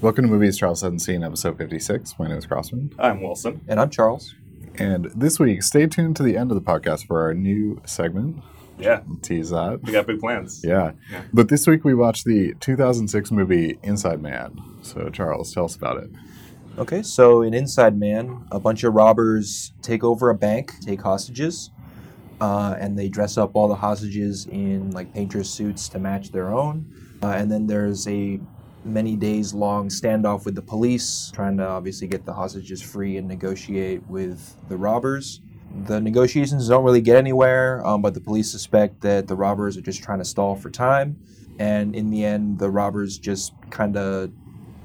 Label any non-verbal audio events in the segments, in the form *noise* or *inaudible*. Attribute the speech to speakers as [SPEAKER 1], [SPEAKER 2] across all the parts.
[SPEAKER 1] Welcome to Movies Charles Hasn't Seen, episode 56. My name is Crossman.
[SPEAKER 2] I'm Wilson.
[SPEAKER 3] And I'm Charles.
[SPEAKER 1] And this week, stay tuned to the end of the podcast for our new segment.
[SPEAKER 2] Yeah,
[SPEAKER 1] Tease that.
[SPEAKER 2] we got big plans.
[SPEAKER 1] Yeah.
[SPEAKER 2] Yeah.
[SPEAKER 1] But this week, we watched the 2006 movie Inside Man. So, Charles, tell us about it.
[SPEAKER 3] Okay, so in Inside Man, a bunch of robbers take over a bank, take hostages, uh, and they dress up all the hostages in like painter suits to match their own. Uh, and then there's a many days long standoff with the police, trying to obviously get the hostages free and negotiate with the robbers. The negotiations don't really get anywhere, um, but the police suspect that the robbers are just trying to stall for time. And in the end, the robbers just kind of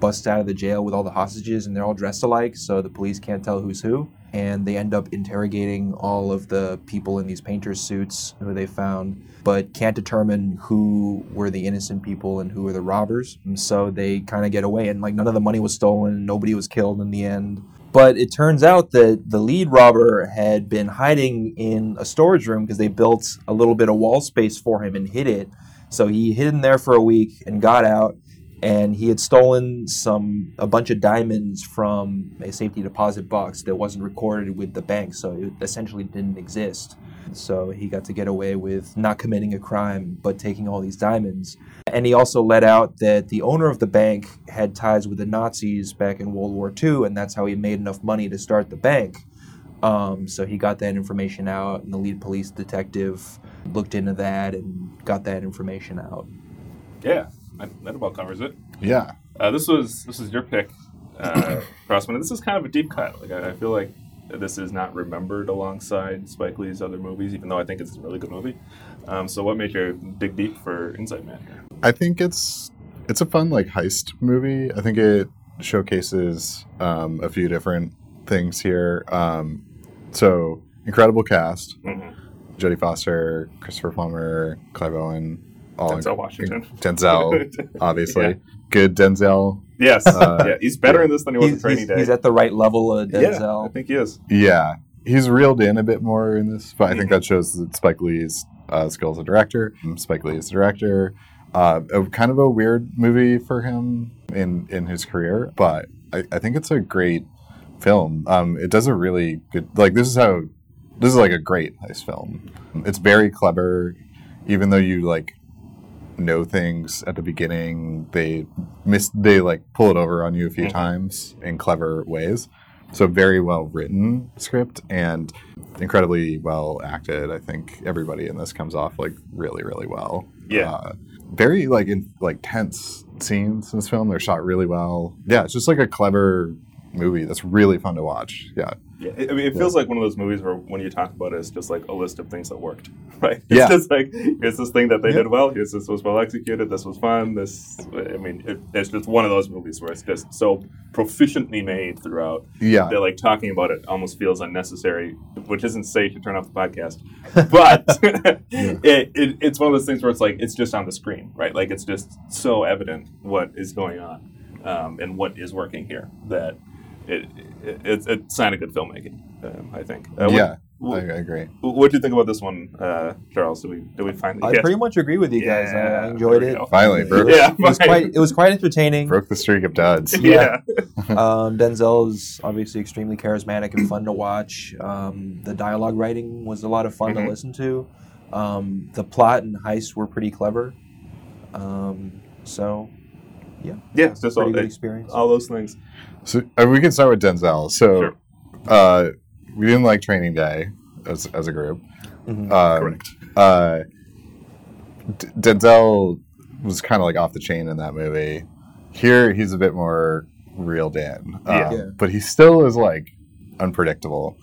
[SPEAKER 3] bust out of the jail with all the hostages and they're all dressed alike so the police can't tell who's who and they end up interrogating all of the people in these painters suits who they found but can't determine who were the innocent people and who were the robbers and so they kind of get away and like none of the money was stolen nobody was killed in the end but it turns out that the lead robber had been hiding in a storage room because they built a little bit of wall space for him and hid it so he hid in there for a week and got out and he had stolen some a bunch of diamonds from a safety deposit box that wasn't recorded with the bank, so it essentially didn't exist. So he got to get away with not committing a crime but taking all these diamonds. And he also let out that the owner of the bank had ties with the Nazis back in World War II, and that's how he made enough money to start the bank. Um, so he got that information out, and the lead police detective looked into that and got that information out.
[SPEAKER 2] Yeah, I, that about covers it.
[SPEAKER 1] Yeah.
[SPEAKER 2] Uh, this was this was your pick,
[SPEAKER 3] *clears throat*
[SPEAKER 2] uh, Crossman. This is kind of a deep cut. Like I, I feel like this is not remembered alongside Spike Lee's other movies, even though I think it's a really good movie. Um, so, what made you dig deep for Inside Man? here?
[SPEAKER 1] I think it's it's a fun like heist movie. I think it showcases um, a few different things here. Um, so incredible cast:
[SPEAKER 3] Mm-hmm.
[SPEAKER 1] Jodie Foster, Christopher Plummer, Clive Owen, all
[SPEAKER 3] Oh,
[SPEAKER 2] Denzel Washington. *laughs*
[SPEAKER 1] Denzel, obviously
[SPEAKER 2] Yeah.
[SPEAKER 1] good Denzel.
[SPEAKER 2] Yes,
[SPEAKER 1] Uh,
[SPEAKER 2] yeah, he's better in this than he was in
[SPEAKER 3] He's,
[SPEAKER 2] Training
[SPEAKER 3] he's-
[SPEAKER 2] Day.
[SPEAKER 3] he's at the right level of
[SPEAKER 2] yeah, I *laughs*
[SPEAKER 3] Denzel.
[SPEAKER 2] think he is.
[SPEAKER 1] Yeah, he's reeled in a bit more in this, but I think that shows that Spike Lee's uh, skill as a director. Mm-hmm. Spike Lee is a director. Uh, a, kind of a weird movie for him in in his career, but I, I think it's a great film. Um, it does a really good like this is how this is like a great heist film. It's very clever, even though you like know things at the beginning. They miss they like pull it over on you a few
[SPEAKER 2] Mhm.
[SPEAKER 1] times in clever ways. So very well written script and incredibly well acted. I think everybody in this comes off like really really well.
[SPEAKER 2] Yeah.
[SPEAKER 1] Uh, very like in like tense scenes in this film. They're shot really well. Yeah, it's just like a clever movie that's really fun to watch. Yeah.
[SPEAKER 2] Yeah, I mean, it feels like one of those movies where when you talk about it, it's just like a list of things that worked, *laughs* right? It's
[SPEAKER 1] Yeah.
[SPEAKER 2] just like here's this thing that they
[SPEAKER 1] Yeah.
[SPEAKER 2] did well. Here's this was well executed. This was fun. This, I mean, it, it's just one of those movies where it's just so proficiently made throughout
[SPEAKER 1] Yeah.
[SPEAKER 2] that like talking about it almost feels unnecessary, which isn't safe to turn off the podcast. *laughs* But it, it, it's one of those things where it's like it's just on the screen, right? Like it's just so evident what is going on um, and what is working here that it, it, it's it's sign of good filmmaking, um, I think. Uh, what-
[SPEAKER 1] yeah. I, I
[SPEAKER 2] What,
[SPEAKER 1] agree.
[SPEAKER 2] what do you think about this one, uh, Charles? Do we do we finally?
[SPEAKER 3] I
[SPEAKER 2] get-
[SPEAKER 3] pretty much agree with you guys. I-
[SPEAKER 2] Yeah,
[SPEAKER 3] I, enjoyed
[SPEAKER 2] there we
[SPEAKER 3] it.
[SPEAKER 2] go. *laughs*
[SPEAKER 1] Finally,
[SPEAKER 3] It
[SPEAKER 1] bro.
[SPEAKER 3] was-
[SPEAKER 2] Yeah,
[SPEAKER 3] it was
[SPEAKER 2] fine.
[SPEAKER 3] quite it was quite entertaining.
[SPEAKER 1] Broke the streak of duds.
[SPEAKER 2] yeah.
[SPEAKER 3] *laughs* Um, Denzel is obviously extremely charismatic and fun to watch. Um, the dialogue writing was a lot of fun
[SPEAKER 2] Mhm.
[SPEAKER 3] to listen to. Um, the plot and heist were pretty clever. Um, so
[SPEAKER 2] yeah, it's just all,
[SPEAKER 3] pretty good experience.
[SPEAKER 2] all those things.
[SPEAKER 1] So uh, we can start with Denzel. So
[SPEAKER 2] Sure.
[SPEAKER 1] uh, we didn't like Training Day as, as a group.
[SPEAKER 3] Mhm.
[SPEAKER 1] Um,
[SPEAKER 2] Correct.
[SPEAKER 1] Uh, D- Denzel was kind of like off the chain in that movie. Here, he's a bit more reeled in, um,
[SPEAKER 2] Yeah.
[SPEAKER 3] Yeah.
[SPEAKER 1] but he still is like unpredictable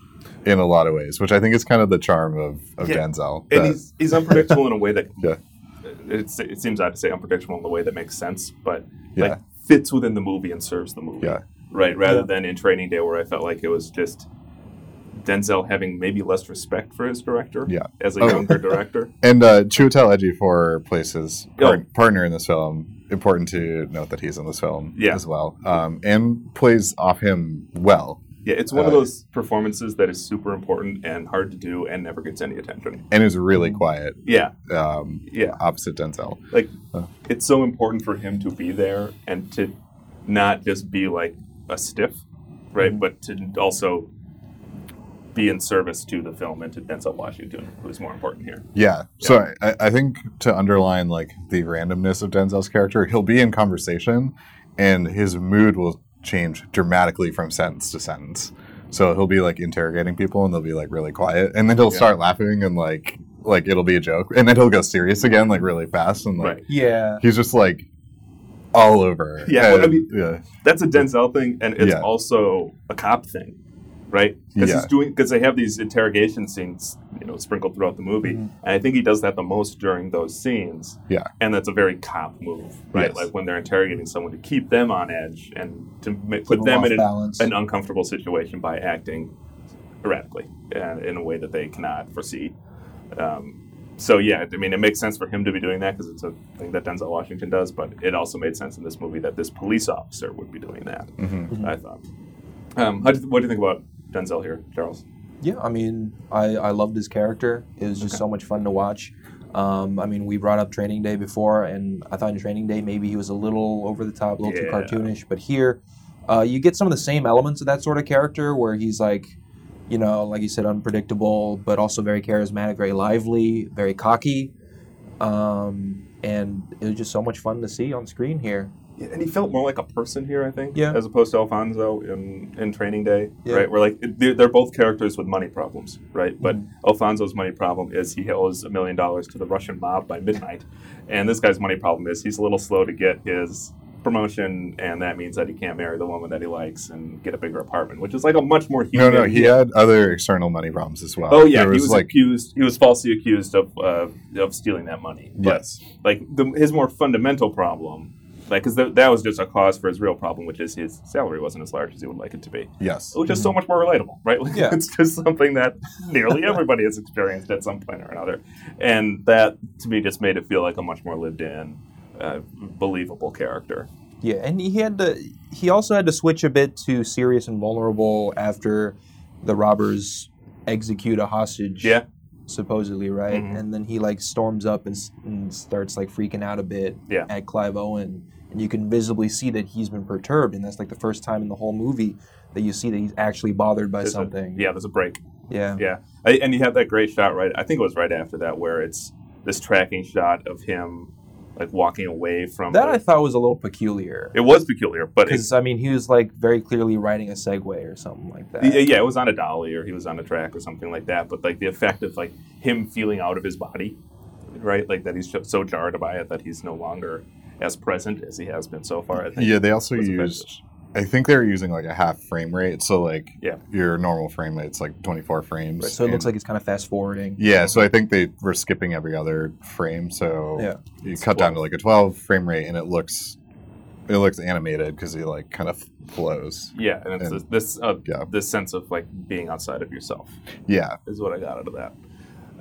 [SPEAKER 1] in a lot of ways, which I think is kind of the charm of, of
[SPEAKER 2] Yeah.
[SPEAKER 1] Denzel.
[SPEAKER 2] and
[SPEAKER 1] that-
[SPEAKER 2] he's, he's unpredictable in a way that
[SPEAKER 1] *laughs* Yeah.
[SPEAKER 2] it's, it seems odd to say unpredictable in a way that makes sense but
[SPEAKER 1] yeah,
[SPEAKER 2] like fits within the movie and serves the movie
[SPEAKER 1] Yeah.
[SPEAKER 2] right rather
[SPEAKER 3] Yeah.
[SPEAKER 2] than in training day where i felt like it was just denzel having maybe less respect for his director
[SPEAKER 1] Yeah.
[SPEAKER 2] as a
[SPEAKER 1] Oh.
[SPEAKER 2] younger
[SPEAKER 1] *laughs*
[SPEAKER 2] director
[SPEAKER 1] and uh, Chiwetel Ejiofor plays his par-
[SPEAKER 2] Oh.
[SPEAKER 1] partner in this film. Important to note that he's in this film
[SPEAKER 2] Yeah.
[SPEAKER 1] as well, um, and plays off him well,
[SPEAKER 2] yeah it's one of
[SPEAKER 1] Uh,
[SPEAKER 2] those performances that is super important and hard to do and never gets any attention
[SPEAKER 1] and is really
[SPEAKER 2] Mm-hmm.
[SPEAKER 1] quiet.
[SPEAKER 2] yeah
[SPEAKER 1] Um,
[SPEAKER 2] yeah
[SPEAKER 1] opposite Denzel.
[SPEAKER 2] like
[SPEAKER 1] Oh.
[SPEAKER 2] it's so important for him to be there and to not just be like a stiff, right? But to also be in service to the film and to Denzel Washington, who's more important here.
[SPEAKER 1] Yeah. So I, I think to underline like the randomness of Denzel's character, he'll be in conversation and his mood will change dramatically from sentence to sentence. So he'll be like interrogating people and they'll be like really quiet and then he'll
[SPEAKER 2] Yeah.
[SPEAKER 1] start laughing and like like it'll be a joke and then he'll go serious again like really fast and like
[SPEAKER 2] Right.
[SPEAKER 3] Yeah.
[SPEAKER 1] he's just like all over.
[SPEAKER 2] Yeah, well, I
[SPEAKER 1] And-
[SPEAKER 2] mean-
[SPEAKER 1] yeah.
[SPEAKER 2] That's a Denzel thing, and it's
[SPEAKER 1] Yeah.
[SPEAKER 2] also a cop thing, right? Because
[SPEAKER 1] Yeah.
[SPEAKER 2] he's doing because they have these interrogation scenes, you know, sprinkled throughout the movie,
[SPEAKER 3] Mhm.
[SPEAKER 2] and I think he does that the most during those scenes.
[SPEAKER 1] Yeah.
[SPEAKER 2] and that's a very cop move, right?
[SPEAKER 1] Yes.
[SPEAKER 2] Like when they're interrogating someone to keep them on edge and to ma-
[SPEAKER 3] Keep
[SPEAKER 2] put them
[SPEAKER 3] off
[SPEAKER 2] in an,
[SPEAKER 3] balance.
[SPEAKER 2] an uncomfortable situation by acting erratically and in a way that they cannot foresee. Um, so yeah, I mean, it makes sense for him to be doing that because it's a thing that Denzel Washington does. But it also made sense in this movie that this police officer would be doing that.
[SPEAKER 1] Mhm.
[SPEAKER 2] I thought. Um, how do you- what do you think about Denzel here, Charles?
[SPEAKER 3] Yeah, I mean, I, I loved his character. It was just so much fun to watch. Um, I mean, we brought up Training Day before, and I thought in Training Day maybe he was a little over the top, a little too
[SPEAKER 2] Yeah.
[SPEAKER 3] cartoonish. But here, uh, you get some of the same elements of that sort of character where he's like, you know, like you said, unpredictable, but also very charismatic, very lively, very cocky. Um, and it was just so much fun to see on screen here.
[SPEAKER 2] And he felt more like a person here, I think,
[SPEAKER 3] Yeah.
[SPEAKER 2] as opposed to Alfonso in, in Training Day,
[SPEAKER 3] Yeah.
[SPEAKER 2] right? Where like they're, they're both characters with money problems, right? But
[SPEAKER 3] Mhm.
[SPEAKER 2] Alfonso's money problem is he owes a million dollars to the Russian mob by midnight, and this guy's money problem is he's a little slow to get his promotion, and that means that he can't marry the woman that he likes and get a bigger apartment, which is like a much more
[SPEAKER 1] No,
[SPEAKER 2] human.
[SPEAKER 1] no, he had other external money problems as well.
[SPEAKER 2] Oh yeah,
[SPEAKER 1] There
[SPEAKER 2] he was
[SPEAKER 1] like
[SPEAKER 2] accused. He was falsely accused of uh, of stealing that money. But
[SPEAKER 1] yes.
[SPEAKER 2] like the, his more fundamental problem, like because that was just a cause for his real problem, which is his salary wasn't as large as he would like it to be,
[SPEAKER 1] Yes.
[SPEAKER 2] which is so much more relatable, right? *laughs* Like,
[SPEAKER 3] Hmm. Yeah.
[SPEAKER 2] it's just something that nearly everybody has experienced at some point or another, and that to me just made it feel like a much more lived-in, uh, believable character.
[SPEAKER 3] Yeah, and he had to. He also had to switch a bit to serious and vulnerable after the robbers execute a hostage.
[SPEAKER 2] Yeah,
[SPEAKER 3] supposedly, right?
[SPEAKER 2] Mhm.
[SPEAKER 3] And then he like storms up and, s- and starts like freaking out a bit.
[SPEAKER 2] Yeah.
[SPEAKER 3] At Clive Owen, and you can visibly see that he's been perturbed, and that's like the first time in the whole movie that you see that he's actually bothered by
[SPEAKER 2] There's a-
[SPEAKER 3] something.
[SPEAKER 2] yeah. There's a break.
[SPEAKER 3] Yeah.
[SPEAKER 2] Yeah, I, and you have that great shot right. I think it was right after that where it's this tracking shot of him like walking away from
[SPEAKER 3] That
[SPEAKER 2] the-
[SPEAKER 3] I thought was a little peculiar.
[SPEAKER 2] it was peculiar, but it,
[SPEAKER 3] Because I mean, he was like very clearly riding a Segway or something like that.
[SPEAKER 2] yeah, yeah, it was on a dolly or he was on a track or something like that. But like the effect of like him feeling out of his body, right? Like that he's just so jarred by it that he's no longer as present as he has been so far. I think.
[SPEAKER 1] Yeah, they also
[SPEAKER 2] was
[SPEAKER 1] used.
[SPEAKER 2] effective.
[SPEAKER 1] I think they were using like a half frame rate, so like
[SPEAKER 2] Yeah.
[SPEAKER 1] your normal frame rate's like 24 frames.
[SPEAKER 3] So it looks
[SPEAKER 1] and-
[SPEAKER 3] like it's kind of fast forwarding.
[SPEAKER 1] yeah. So I think they were skipping every other frame, so
[SPEAKER 3] Yeah.
[SPEAKER 1] you
[SPEAKER 2] It's
[SPEAKER 1] cut down
[SPEAKER 2] 12.
[SPEAKER 1] to like a 12 frame rate, and it looks it looks animated because he like kind of flows.
[SPEAKER 2] yeah, and it's
[SPEAKER 1] And-
[SPEAKER 2] this this, uh,
[SPEAKER 1] Yeah,
[SPEAKER 2] this sense of like being outside of yourself.
[SPEAKER 1] yeah,
[SPEAKER 2] is what I got out of that.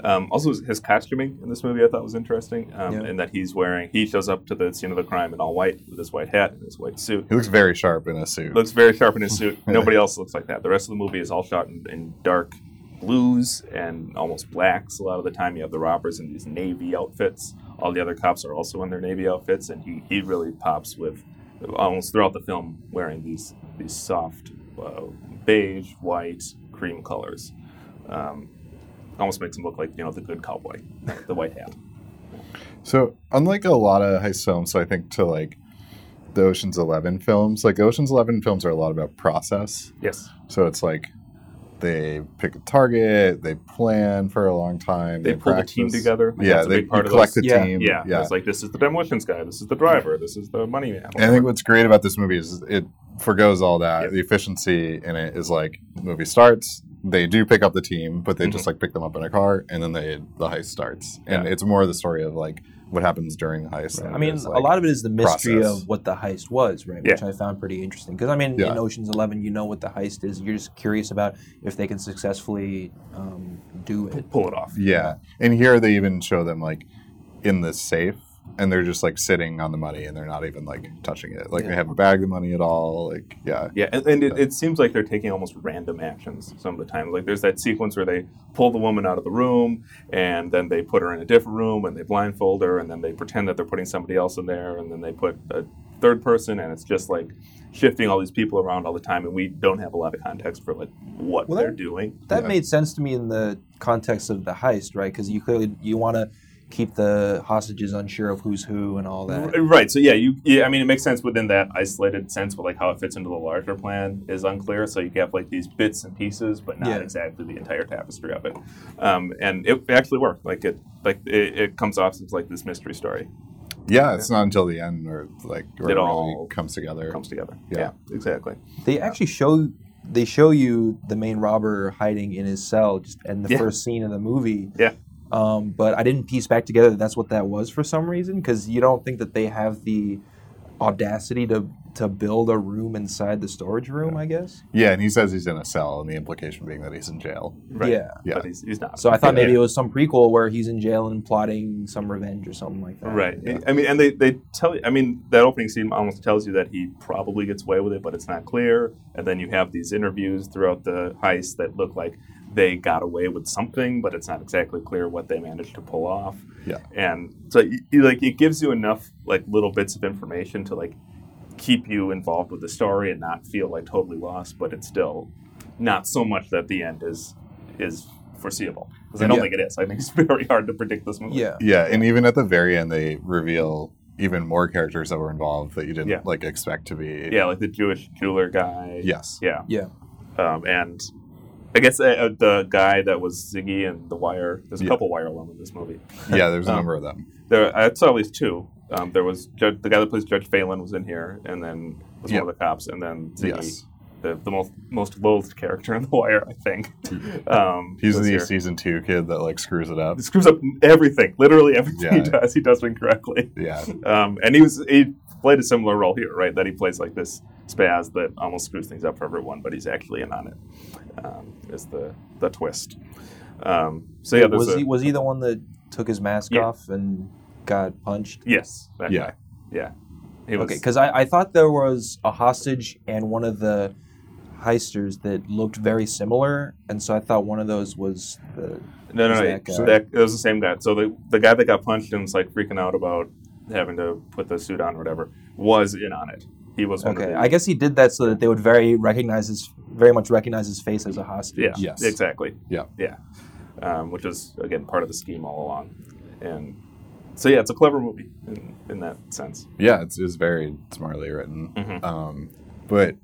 [SPEAKER 2] Um, also, his- his costuming in this movie I thought was interesting, um,
[SPEAKER 3] Yeah.
[SPEAKER 2] in that he's wearing he shows up to the scene of the crime in all white with his white hat and his white suit.
[SPEAKER 1] he looks very sharp in a suit.
[SPEAKER 2] Looks very sharp in
[SPEAKER 1] *laughs*
[SPEAKER 2] his suit. Nobody else looks like that. The rest of the movie is all shot in, in dark blues and almost blacks. A lot of the time, you have the robbers in these navy outfits. All the other cops are also in their navy outfits, and he, he really pops with almost throughout the film wearing these these soft uh, beige, white, cream colors. Um, almost makes him look like you know the good cowboy, the white hat.
[SPEAKER 1] So unlike a lot of heist films, so I think to like the Ocean's Eleven films, like Ocean's Eleven films are a lot about process.
[SPEAKER 2] Yes,
[SPEAKER 1] So it's like they pick a target, they plan for a long time,
[SPEAKER 2] they pull the team
[SPEAKER 1] practice.
[SPEAKER 2] together. Like,
[SPEAKER 1] Yeah,
[SPEAKER 2] that's a
[SPEAKER 1] they
[SPEAKER 2] big part
[SPEAKER 1] you
[SPEAKER 2] of
[SPEAKER 1] collect
[SPEAKER 2] those-
[SPEAKER 1] the
[SPEAKER 3] Yeah.
[SPEAKER 1] team.
[SPEAKER 2] Yeah, it's like this is the demolitions guy, this is the driver, this is the money man.
[SPEAKER 1] And I think what's great about this movie is it forgoes all that.
[SPEAKER 2] Yeah.
[SPEAKER 1] The efficiency in it is like the movie starts, they do pick up the team, but they just like pick them up in a car, and then they the heist starts. And
[SPEAKER 2] Mm-hmm. Yeah.
[SPEAKER 1] it's more the story of like what happens during the heist. than
[SPEAKER 3] I
[SPEAKER 1] it
[SPEAKER 3] mean,
[SPEAKER 1] is,
[SPEAKER 3] a
[SPEAKER 1] like-
[SPEAKER 3] lot of it is the mystery
[SPEAKER 1] process.
[SPEAKER 3] of what the heist was, right? Which I found pretty interesting. Because, I mean,
[SPEAKER 1] Yeah.
[SPEAKER 3] in Ocean's Eleven, you know what the heist is. You're just curious about if they can successfully um, do it.
[SPEAKER 2] pull it off.
[SPEAKER 1] Yeah, and here they even show them like in the safe and they're just like sitting on the money and they're not even like touching it. Like
[SPEAKER 3] Yeah.
[SPEAKER 1] they haven't bagged the money at all. Like yeah,
[SPEAKER 2] Yeah, and, and it, it seems like they're taking almost random actions some of the time. Like there's that sequence where they pull the woman out of the room, and then they put her in a different room, and they blindfold her, and then they pretend that they're putting somebody else in there, and then they put a third person, and it's just like shifting all these people around all the time, and we don't have a lot of context for like what
[SPEAKER 3] Well,
[SPEAKER 2] they're
[SPEAKER 3] that-
[SPEAKER 2] doing.
[SPEAKER 3] That
[SPEAKER 1] Yeah.
[SPEAKER 3] made sense to me in the context of the heist, right? Because you clearly you want to keep the hostages unsure of who's who and all that.
[SPEAKER 2] R- Right. So yeah, you. Yeah, I mean, it makes sense within that isolated sense, but like how it fits into the larger plan is unclear. So you have like these bits and pieces, but not
[SPEAKER 3] Yeah.
[SPEAKER 2] exactly the entire tapestry of it. Um, and it actually worked. Like it, like it, it comes off as like this mystery story
[SPEAKER 1] yeah. It's not until the end or like where
[SPEAKER 2] It
[SPEAKER 1] it,
[SPEAKER 2] all
[SPEAKER 1] really comes together.
[SPEAKER 2] comes together.
[SPEAKER 1] Yeah.
[SPEAKER 2] exactly.
[SPEAKER 3] They actually show they show you the main robber hiding in his cell just in the
[SPEAKER 2] Yeah.
[SPEAKER 3] first scene of the movie.
[SPEAKER 2] Yeah.
[SPEAKER 3] Um, but I didn't piece back together that that's what that was for some reason because you don't think that they have the audacity to to build a room inside the storage room. I guess.
[SPEAKER 1] Yeah, and he says he's in a cell, and the implication being that he's in jail.
[SPEAKER 2] Right.
[SPEAKER 3] Yeah.
[SPEAKER 1] Yeah.
[SPEAKER 2] But he's, he's not.
[SPEAKER 3] So I thought
[SPEAKER 2] Yeah.
[SPEAKER 3] maybe it was some prequel where he's in jail and plotting some revenge or something like that.
[SPEAKER 2] Right.
[SPEAKER 1] Yeah.
[SPEAKER 2] I mean, and they, they tell you, I mean, that opening scene almost tells you that he probably gets away with it, but it's not clear. And then you have these interviews throughout the heist that look like they got away with something, but it's not exactly clear what they managed to pull off.
[SPEAKER 1] Yeah.
[SPEAKER 2] And so, you, you, like, it gives you enough, like, little bits of information to, like, keep you involved with the story and not feel, like, totally lost, but it's still not so much that the end is is foreseeable. Because I don't
[SPEAKER 1] Yeah.
[SPEAKER 2] think it is. I think it's *laughs* very hard to predict this movie.
[SPEAKER 3] Yeah.
[SPEAKER 1] Yeah, and even at the very end, they reveal even more characters that were involved that you didn't
[SPEAKER 2] Yeah.
[SPEAKER 1] like expect to be.
[SPEAKER 2] Yeah, like the Jewish jeweler guy.
[SPEAKER 1] Yes.
[SPEAKER 2] Yeah.
[SPEAKER 3] Yeah.
[SPEAKER 2] Um, and I guess uh, uh, the guy that was Ziggy and The Wire. There's a
[SPEAKER 1] Yeah.
[SPEAKER 2] couple Wire alum in this movie.
[SPEAKER 1] Yeah. There's a
[SPEAKER 2] Um,
[SPEAKER 1] number of them.
[SPEAKER 2] There, I saw at least two. Um, there was Judge, the guy that plays Judge Phelan was in here, and then was one of the cops, and then Ziggy,
[SPEAKER 1] Yes.
[SPEAKER 2] the, the most most loathed character in The Wire, I
[SPEAKER 1] *laughs*
[SPEAKER 2] think. Um,
[SPEAKER 1] He's
[SPEAKER 2] was
[SPEAKER 1] the
[SPEAKER 2] here.
[SPEAKER 1] season two kid that like screws it up.
[SPEAKER 2] He screws up everything, literally everything he
[SPEAKER 1] Yeah.
[SPEAKER 2] does. He does it incorrectly.
[SPEAKER 1] Yeah.
[SPEAKER 2] Um, and he was he played a similar role here, right? That he plays like this spaz that almost screws things up for everyone, but he's actually in on it. Um, is the the twist? Um, so yeah, there's
[SPEAKER 3] was
[SPEAKER 2] a,
[SPEAKER 3] he was he the one that took his mask
[SPEAKER 2] Yeah.
[SPEAKER 3] off and got punched?
[SPEAKER 2] yes, that
[SPEAKER 1] Yeah.
[SPEAKER 2] guy. yeah. He was
[SPEAKER 3] Okay, because I, I thought there was a hostage and one of the heisters that looked very similar, and so I thought one of those was the
[SPEAKER 2] no, no,
[SPEAKER 3] was
[SPEAKER 2] no.
[SPEAKER 3] that
[SPEAKER 2] he-
[SPEAKER 3] guy.
[SPEAKER 2] that- it was the same guy. So the the guy that got punched and was like freaking out about having to put the suit on or whatever was in on it. He was one of
[SPEAKER 3] okay.
[SPEAKER 2] the,
[SPEAKER 3] I guess he did that so that they would very recognize his very much recognize his face as a hostage.
[SPEAKER 2] Yeah.
[SPEAKER 1] Yes.
[SPEAKER 2] Exactly.
[SPEAKER 1] Yeah.
[SPEAKER 2] Yeah. Um, which is again part of the scheme all along, and so yeah, it's a clever movie in, in that sense.
[SPEAKER 1] Yeah. It's, it's very smartly written.
[SPEAKER 2] Mhm.
[SPEAKER 1] Um, but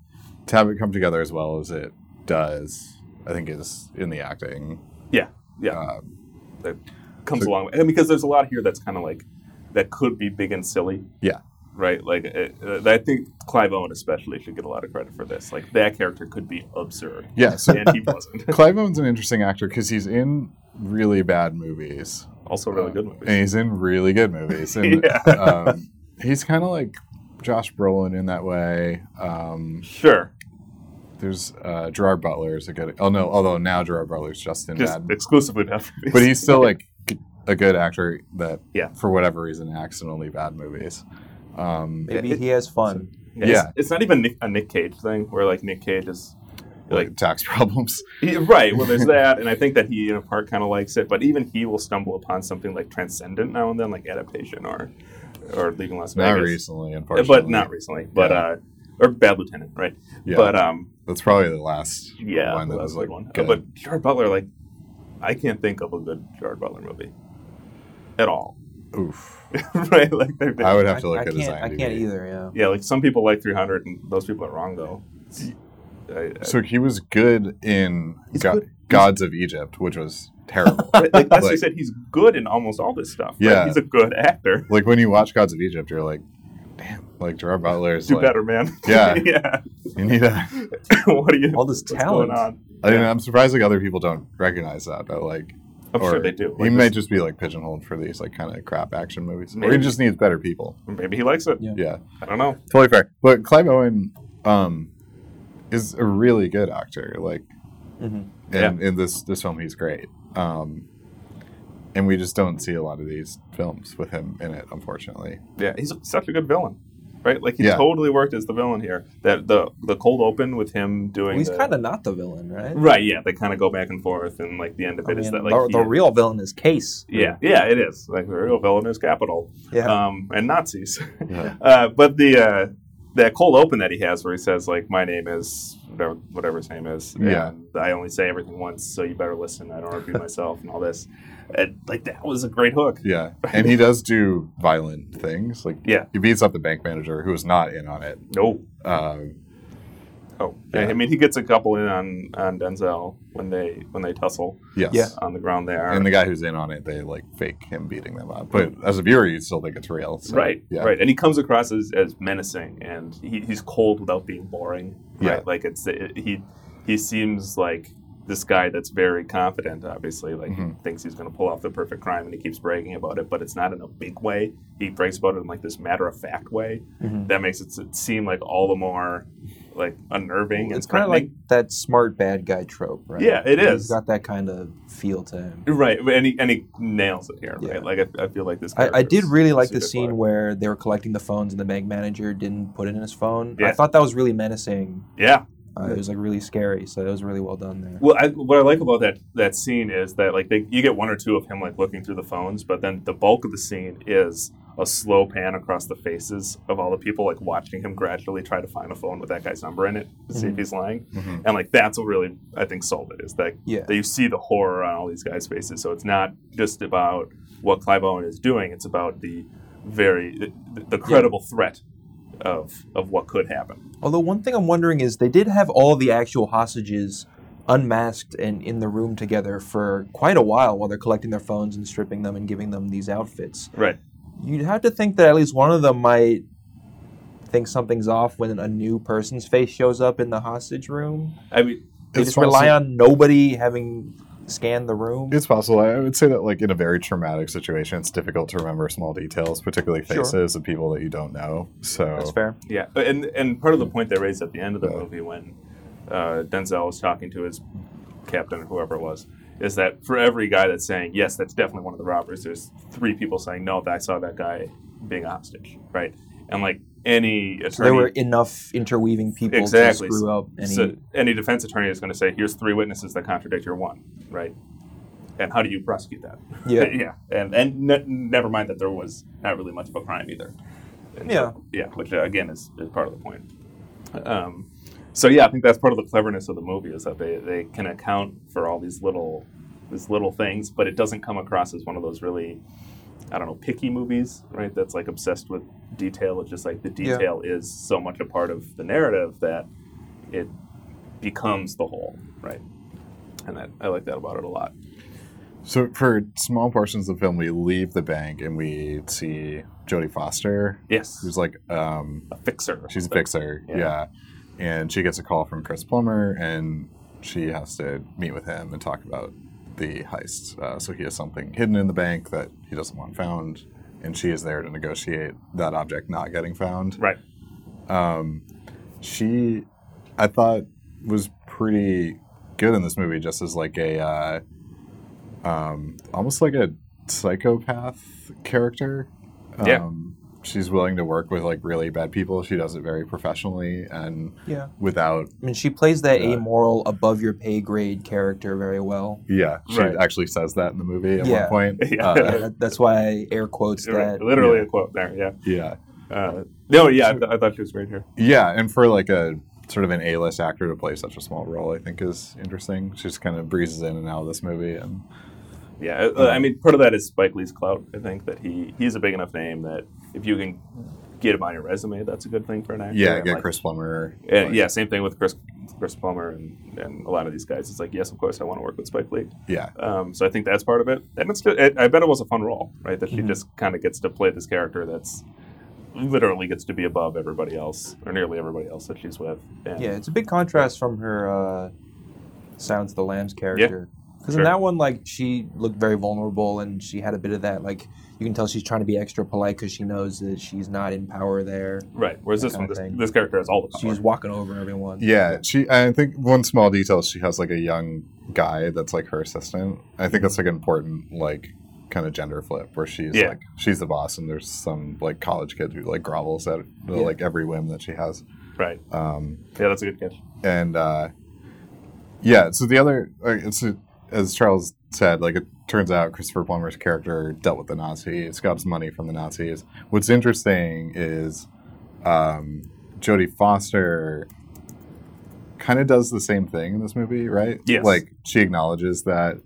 [SPEAKER 1] to have it come together as well as it does, I think is in the acting.
[SPEAKER 2] Yeah. Yeah.
[SPEAKER 1] Uh,
[SPEAKER 2] that comes
[SPEAKER 1] So-
[SPEAKER 2] along with, and because there's a lot here that's kind of like that could be big and silly.
[SPEAKER 1] Yeah.
[SPEAKER 2] Right. Like it, uh, I think Clive Owen especially should get a lot of credit for this. Like that character could be absurd,
[SPEAKER 1] yeah. So *laughs*
[SPEAKER 2] and he wasn't.
[SPEAKER 1] Clive Owen's an interesting actor because he's in really bad movies.
[SPEAKER 2] also, really good
[SPEAKER 1] And
[SPEAKER 2] movie.
[SPEAKER 1] he's in really good movies. And,
[SPEAKER 2] *laughs* Yeah.
[SPEAKER 1] um, he's kind of like Josh Brolin in that way. Um,
[SPEAKER 2] Sure.
[SPEAKER 1] there's uh, Gerard Butler is a good. Oh no, although now Gerard Butler's just in
[SPEAKER 2] Just
[SPEAKER 1] bad.
[SPEAKER 2] exclusively bad movies.
[SPEAKER 1] But he's still like g- a good actor that,
[SPEAKER 2] Yeah.
[SPEAKER 1] for whatever reason, acts in only bad movies. Um,
[SPEAKER 3] Maybe
[SPEAKER 2] It-
[SPEAKER 3] he has fun.
[SPEAKER 2] *laughs* It's,
[SPEAKER 1] Yeah.
[SPEAKER 2] It's not even Nick, a Nick Cage thing where like Nick Cage is like
[SPEAKER 1] like tax *laughs* problems.
[SPEAKER 2] He- right. Well, there's that, and I think that he, in a part, kind of likes it. But even he will stumble upon something like transcendent now and then, like adaptation or or leaving Las
[SPEAKER 1] Not
[SPEAKER 2] Vegas.
[SPEAKER 1] recently,
[SPEAKER 2] Uh,
[SPEAKER 1] unfortunately.
[SPEAKER 2] but not recently. But
[SPEAKER 1] Yeah.
[SPEAKER 2] uh, or Bad Lieutenant, right?
[SPEAKER 1] Yeah,
[SPEAKER 2] But um,
[SPEAKER 1] that's probably the last.
[SPEAKER 2] yeah,
[SPEAKER 1] one that
[SPEAKER 2] that's
[SPEAKER 1] was
[SPEAKER 2] a good
[SPEAKER 1] like
[SPEAKER 2] one. Uh,
[SPEAKER 1] good.
[SPEAKER 2] But Gerard Butler, like, I can't think of a good Gerard Butler movie at all. *laughs*
[SPEAKER 1] Oof.
[SPEAKER 2] right? Like, they're,
[SPEAKER 1] I would have to look
[SPEAKER 3] I, I
[SPEAKER 1] at
[SPEAKER 3] can't.
[SPEAKER 1] his IMDb.
[SPEAKER 3] I can't either. Yeah.
[SPEAKER 2] yeah, like some people like 300, and those people are wrong though. I, I-
[SPEAKER 1] So he was good in
[SPEAKER 3] He's
[SPEAKER 1] Go-
[SPEAKER 3] good. He's-
[SPEAKER 1] Gods of Egypt, which was
[SPEAKER 2] *laughs*
[SPEAKER 1] terrible.
[SPEAKER 2] right, like
[SPEAKER 1] *laughs*
[SPEAKER 2] Leslie
[SPEAKER 1] Like-
[SPEAKER 2] said, he's good in almost all this stuff. right?
[SPEAKER 1] Yeah.
[SPEAKER 2] he's a good actor.
[SPEAKER 1] like when you watch Gods of Egypt, you're like, damn, like Gerard Butler is
[SPEAKER 2] Do
[SPEAKER 1] like,
[SPEAKER 2] better, man.
[SPEAKER 1] Yeah.
[SPEAKER 2] *laughs* yeah.
[SPEAKER 1] You need a.
[SPEAKER 2] what are you?
[SPEAKER 3] All this
[SPEAKER 2] what's
[SPEAKER 3] talent.
[SPEAKER 2] going on?
[SPEAKER 1] I mean,
[SPEAKER 2] Yeah.
[SPEAKER 1] I'm surprised like other people don't recognize that. But like,
[SPEAKER 2] I'm
[SPEAKER 1] or
[SPEAKER 2] sure they do.
[SPEAKER 1] he
[SPEAKER 2] Like,
[SPEAKER 1] may
[SPEAKER 2] this-
[SPEAKER 1] just be like pigeonholed for these like kind of crap action movies, or
[SPEAKER 2] Maybe.
[SPEAKER 1] he just needs better people.
[SPEAKER 2] maybe he likes it.
[SPEAKER 3] Yeah.
[SPEAKER 1] Yeah,
[SPEAKER 2] I don't know.
[SPEAKER 1] totally fair. But Clive Owen um, is a really good actor. Like,
[SPEAKER 2] Mm-hmm.
[SPEAKER 3] hmm
[SPEAKER 1] and in this this film, he's great. Um, and we just don't see a lot of these films with him in it, unfortunately.
[SPEAKER 2] Yeah, he's such a good villain, right? Like he
[SPEAKER 1] Yeah.
[SPEAKER 2] totally worked as the villain here. That the the cold open with him doing.
[SPEAKER 3] He's
[SPEAKER 2] the-
[SPEAKER 3] kind of not the villain, right?
[SPEAKER 2] right. Yeah, they kind of go back and forth, and like the end of
[SPEAKER 3] I
[SPEAKER 2] it is that
[SPEAKER 3] mean,
[SPEAKER 2] like
[SPEAKER 3] the, the
[SPEAKER 2] he-
[SPEAKER 3] real villain is Case.
[SPEAKER 2] yeah, yeah, it is like the real villain is capital,
[SPEAKER 3] Yeah.
[SPEAKER 2] um, and Nazis. *laughs*
[SPEAKER 1] Yeah.
[SPEAKER 2] Uh, but the uh, that cold open that he has where he says like my name is whatever, whatever his name is
[SPEAKER 1] Yeah.
[SPEAKER 2] and I only say everything once so you better listen I don't repeat myself and all this and, like that was a great hook
[SPEAKER 1] Yeah. And he does do violent things. Like
[SPEAKER 2] Yeah.
[SPEAKER 1] he beats up the bank manager who is not in on it.
[SPEAKER 2] no
[SPEAKER 1] Um,
[SPEAKER 2] oh yeah. I mean he gets a couple in on, on Denzel when they when they tussle
[SPEAKER 1] yes.
[SPEAKER 3] Yeah.
[SPEAKER 2] on the ground there
[SPEAKER 1] And the guy who's in on it, they like fake him beating them up. But as a viewer, you still think it's real. So,
[SPEAKER 2] right,
[SPEAKER 1] Yeah.
[SPEAKER 2] right, and he comes across as, as menacing, and he, he's cold without being boring. Right,
[SPEAKER 1] Yeah.
[SPEAKER 2] like it's it, he he seems like this guy that's very confident. Obviously, like he
[SPEAKER 1] Mhm.
[SPEAKER 2] thinks he's going to pull off the perfect crime, and he keeps bragging about it. But it's not in a big way. He brags about it in like this matter of fact way.
[SPEAKER 3] Mhm.
[SPEAKER 2] That makes it s- seem like all the more like unnerving.
[SPEAKER 3] It's
[SPEAKER 2] and
[SPEAKER 3] kind of like
[SPEAKER 2] threatening.
[SPEAKER 3] that smart bad guy trope, right?
[SPEAKER 2] Yeah, it
[SPEAKER 3] He's
[SPEAKER 2] is.
[SPEAKER 3] got that kind of feel to him.
[SPEAKER 2] Right, and he, and he nails it here.
[SPEAKER 3] Yeah.
[SPEAKER 2] Right, like I, I feel like this.
[SPEAKER 3] I, I
[SPEAKER 2] character
[SPEAKER 3] did
[SPEAKER 2] is
[SPEAKER 3] really like the
[SPEAKER 2] suited
[SPEAKER 3] scene
[SPEAKER 2] for it.
[SPEAKER 3] where they were collecting the phones and the bank manager didn't put it in his phone. I
[SPEAKER 2] Yeah.
[SPEAKER 3] thought that was really menacing.
[SPEAKER 2] Yeah,
[SPEAKER 3] Uh, It was like really scary, so it was really well done there.
[SPEAKER 2] Well, I, what I like about that that scene is that like they, you get one or two of him like looking through the phones, but then the bulk of the scene is a slow pan across the faces of all the people like watching him gradually try to find a phone with that guy's number in it to see if
[SPEAKER 3] Mhm.
[SPEAKER 2] he's lying.
[SPEAKER 1] Mhm.
[SPEAKER 2] And like that's what really I think sold it is that
[SPEAKER 3] Yeah,
[SPEAKER 2] that you see the horror on all these guys' faces. So it's not just about what Clive Owen is doing; it's about the very the, the credible threat of of what could happen.
[SPEAKER 3] Although one thing I'm wondering is they did have all the actual hostages unmasked and in the room together for quite a while while they're collecting their phones and stripping them and giving them these outfits.
[SPEAKER 2] Right.
[SPEAKER 3] You'd have to think that at least one of them might think something's off when a new person's face shows up in the hostage room.
[SPEAKER 2] I mean,
[SPEAKER 3] They
[SPEAKER 1] It's
[SPEAKER 3] just rely
[SPEAKER 1] possible-
[SPEAKER 3] on nobody having scanned the room.
[SPEAKER 1] It's possible. I would say that, like, in a very traumatic situation, it's difficult to remember small details, particularly
[SPEAKER 3] Sure.
[SPEAKER 1] faces of people that you don't know. So
[SPEAKER 3] That's fair.
[SPEAKER 2] Yeah, and and part of the point they raised at the end of the
[SPEAKER 1] Yeah.
[SPEAKER 2] movie when uh, Denzel was talking to his captain or whoever it was is that for every guy that's saying yes, that's definitely one of the robbers, there's three people saying no, I saw that guy being a hostage, right? And like any attorney,
[SPEAKER 3] So there were enough interweaving people
[SPEAKER 2] Exactly.
[SPEAKER 3] to screw up any.
[SPEAKER 2] so any defense attorney is going to say, here's three witnesses that contradict your one, right? And how do you prosecute that?
[SPEAKER 3] yeah.
[SPEAKER 2] yeah, and and ne- never mind that there was not really much of a crime either. And
[SPEAKER 3] Yeah.
[SPEAKER 2] so- yeah, which uh, again is, is part of the point. Um, so yeah, I think that's part of the cleverness of the movie is that they, they can account for all these little these little things, but it doesn't come across as one of those really I don't know picky movies, right? That's like obsessed with detail. It's just like the
[SPEAKER 3] Yeah.
[SPEAKER 2] detail is so much a part of the narrative that it becomes the whole, right? And that, I like that about it a lot.
[SPEAKER 1] So for small portions of the film, we leave the bank and we see Jodie Foster,
[SPEAKER 2] Yes,
[SPEAKER 1] who's like, um,
[SPEAKER 2] a fixer.
[SPEAKER 1] she's a fixer,
[SPEAKER 2] Yeah.
[SPEAKER 1] yeah. and she gets a call from Chris Plummer, and she has to meet with him and talk about the heist. Uh, so he has something hidden in the bank that he doesn't want found, and she is there to negotiate that object not getting found.
[SPEAKER 2] Right.
[SPEAKER 1] Um, she, I thought, was pretty good in this movie, just as like a, uh, um, almost like a psychopath character. Um,
[SPEAKER 2] Yeah.
[SPEAKER 1] She's willing to work with like really bad people. She does it very professionally and
[SPEAKER 3] Yeah.
[SPEAKER 1] without.
[SPEAKER 3] I mean, she plays that
[SPEAKER 1] Yeah.
[SPEAKER 3] amoral, above your pay grade character very well.
[SPEAKER 1] Yeah, she
[SPEAKER 2] Right.
[SPEAKER 1] actually says that in the movie at one
[SPEAKER 3] Yeah.
[SPEAKER 1] point.
[SPEAKER 2] *laughs* Yeah.
[SPEAKER 1] Uh,
[SPEAKER 3] Yeah, that- that's why I air quotes
[SPEAKER 2] Right,
[SPEAKER 3] that.
[SPEAKER 2] Literally
[SPEAKER 1] yeah.
[SPEAKER 2] a quote there, yeah.
[SPEAKER 1] yeah,
[SPEAKER 2] Uh, no, yeah, I, th- I thought she was great here.
[SPEAKER 1] yeah, and for like a sort of an A-list actor to play such a small role, I think is interesting. She just kind of breezes in and out of this movie, and
[SPEAKER 2] Yeah, uh, I mean, part of that is Spike Lee's clout. I think that he he's a big enough name that if you can get him on your resume, that's a good thing for an actor.
[SPEAKER 1] yeah,
[SPEAKER 2] And,
[SPEAKER 1] get
[SPEAKER 2] like,
[SPEAKER 1] Chris Plummer.
[SPEAKER 2] and,
[SPEAKER 1] like,
[SPEAKER 2] yeah, same thing with Chris Chris Plummer and, and a lot of these guys. It's like, yes, of course, I want to work with Spike Lee.
[SPEAKER 1] yeah,
[SPEAKER 2] Um, so I think that's part of it. And it's it, I bet it was a fun role, right? That she
[SPEAKER 3] Mhm.
[SPEAKER 2] just kind of gets to play this character that's literally gets to be above everybody else or nearly everybody else that she's with. And
[SPEAKER 3] Yeah, it's a big contrast from her uh, Silence of the Lambs character. Because
[SPEAKER 2] sure.
[SPEAKER 3] in that one, like, she looked very vulnerable and she had a bit of that, like, you can tell she's trying to be extra polite because she knows that she's not in power there.
[SPEAKER 2] Right. Whereas
[SPEAKER 3] That
[SPEAKER 2] this
[SPEAKER 3] kind
[SPEAKER 2] one,
[SPEAKER 3] of
[SPEAKER 2] this,
[SPEAKER 3] thing.
[SPEAKER 2] this character has all the power.
[SPEAKER 3] She's walking over everyone.
[SPEAKER 1] Yeah, she. I think one small detail. She has like a young guy that's like her assistant. I think that's like an important like kind of gender flip where she's
[SPEAKER 2] Yeah.
[SPEAKER 1] like she's the boss and there's some like college kid who like grovels at
[SPEAKER 3] Yeah.
[SPEAKER 1] like every whim that she has.
[SPEAKER 2] Right.
[SPEAKER 1] Um,
[SPEAKER 2] Yeah, that's a good catch.
[SPEAKER 1] and uh, yeah, so the other like, it's as Charles said, like it turns out Christopher Plummer's character dealt with the Nazis, got his money from the Nazis. What's interesting is um, Jodie Foster kind of does the same thing in this movie, right?
[SPEAKER 2] Yes.
[SPEAKER 1] Like she acknowledges that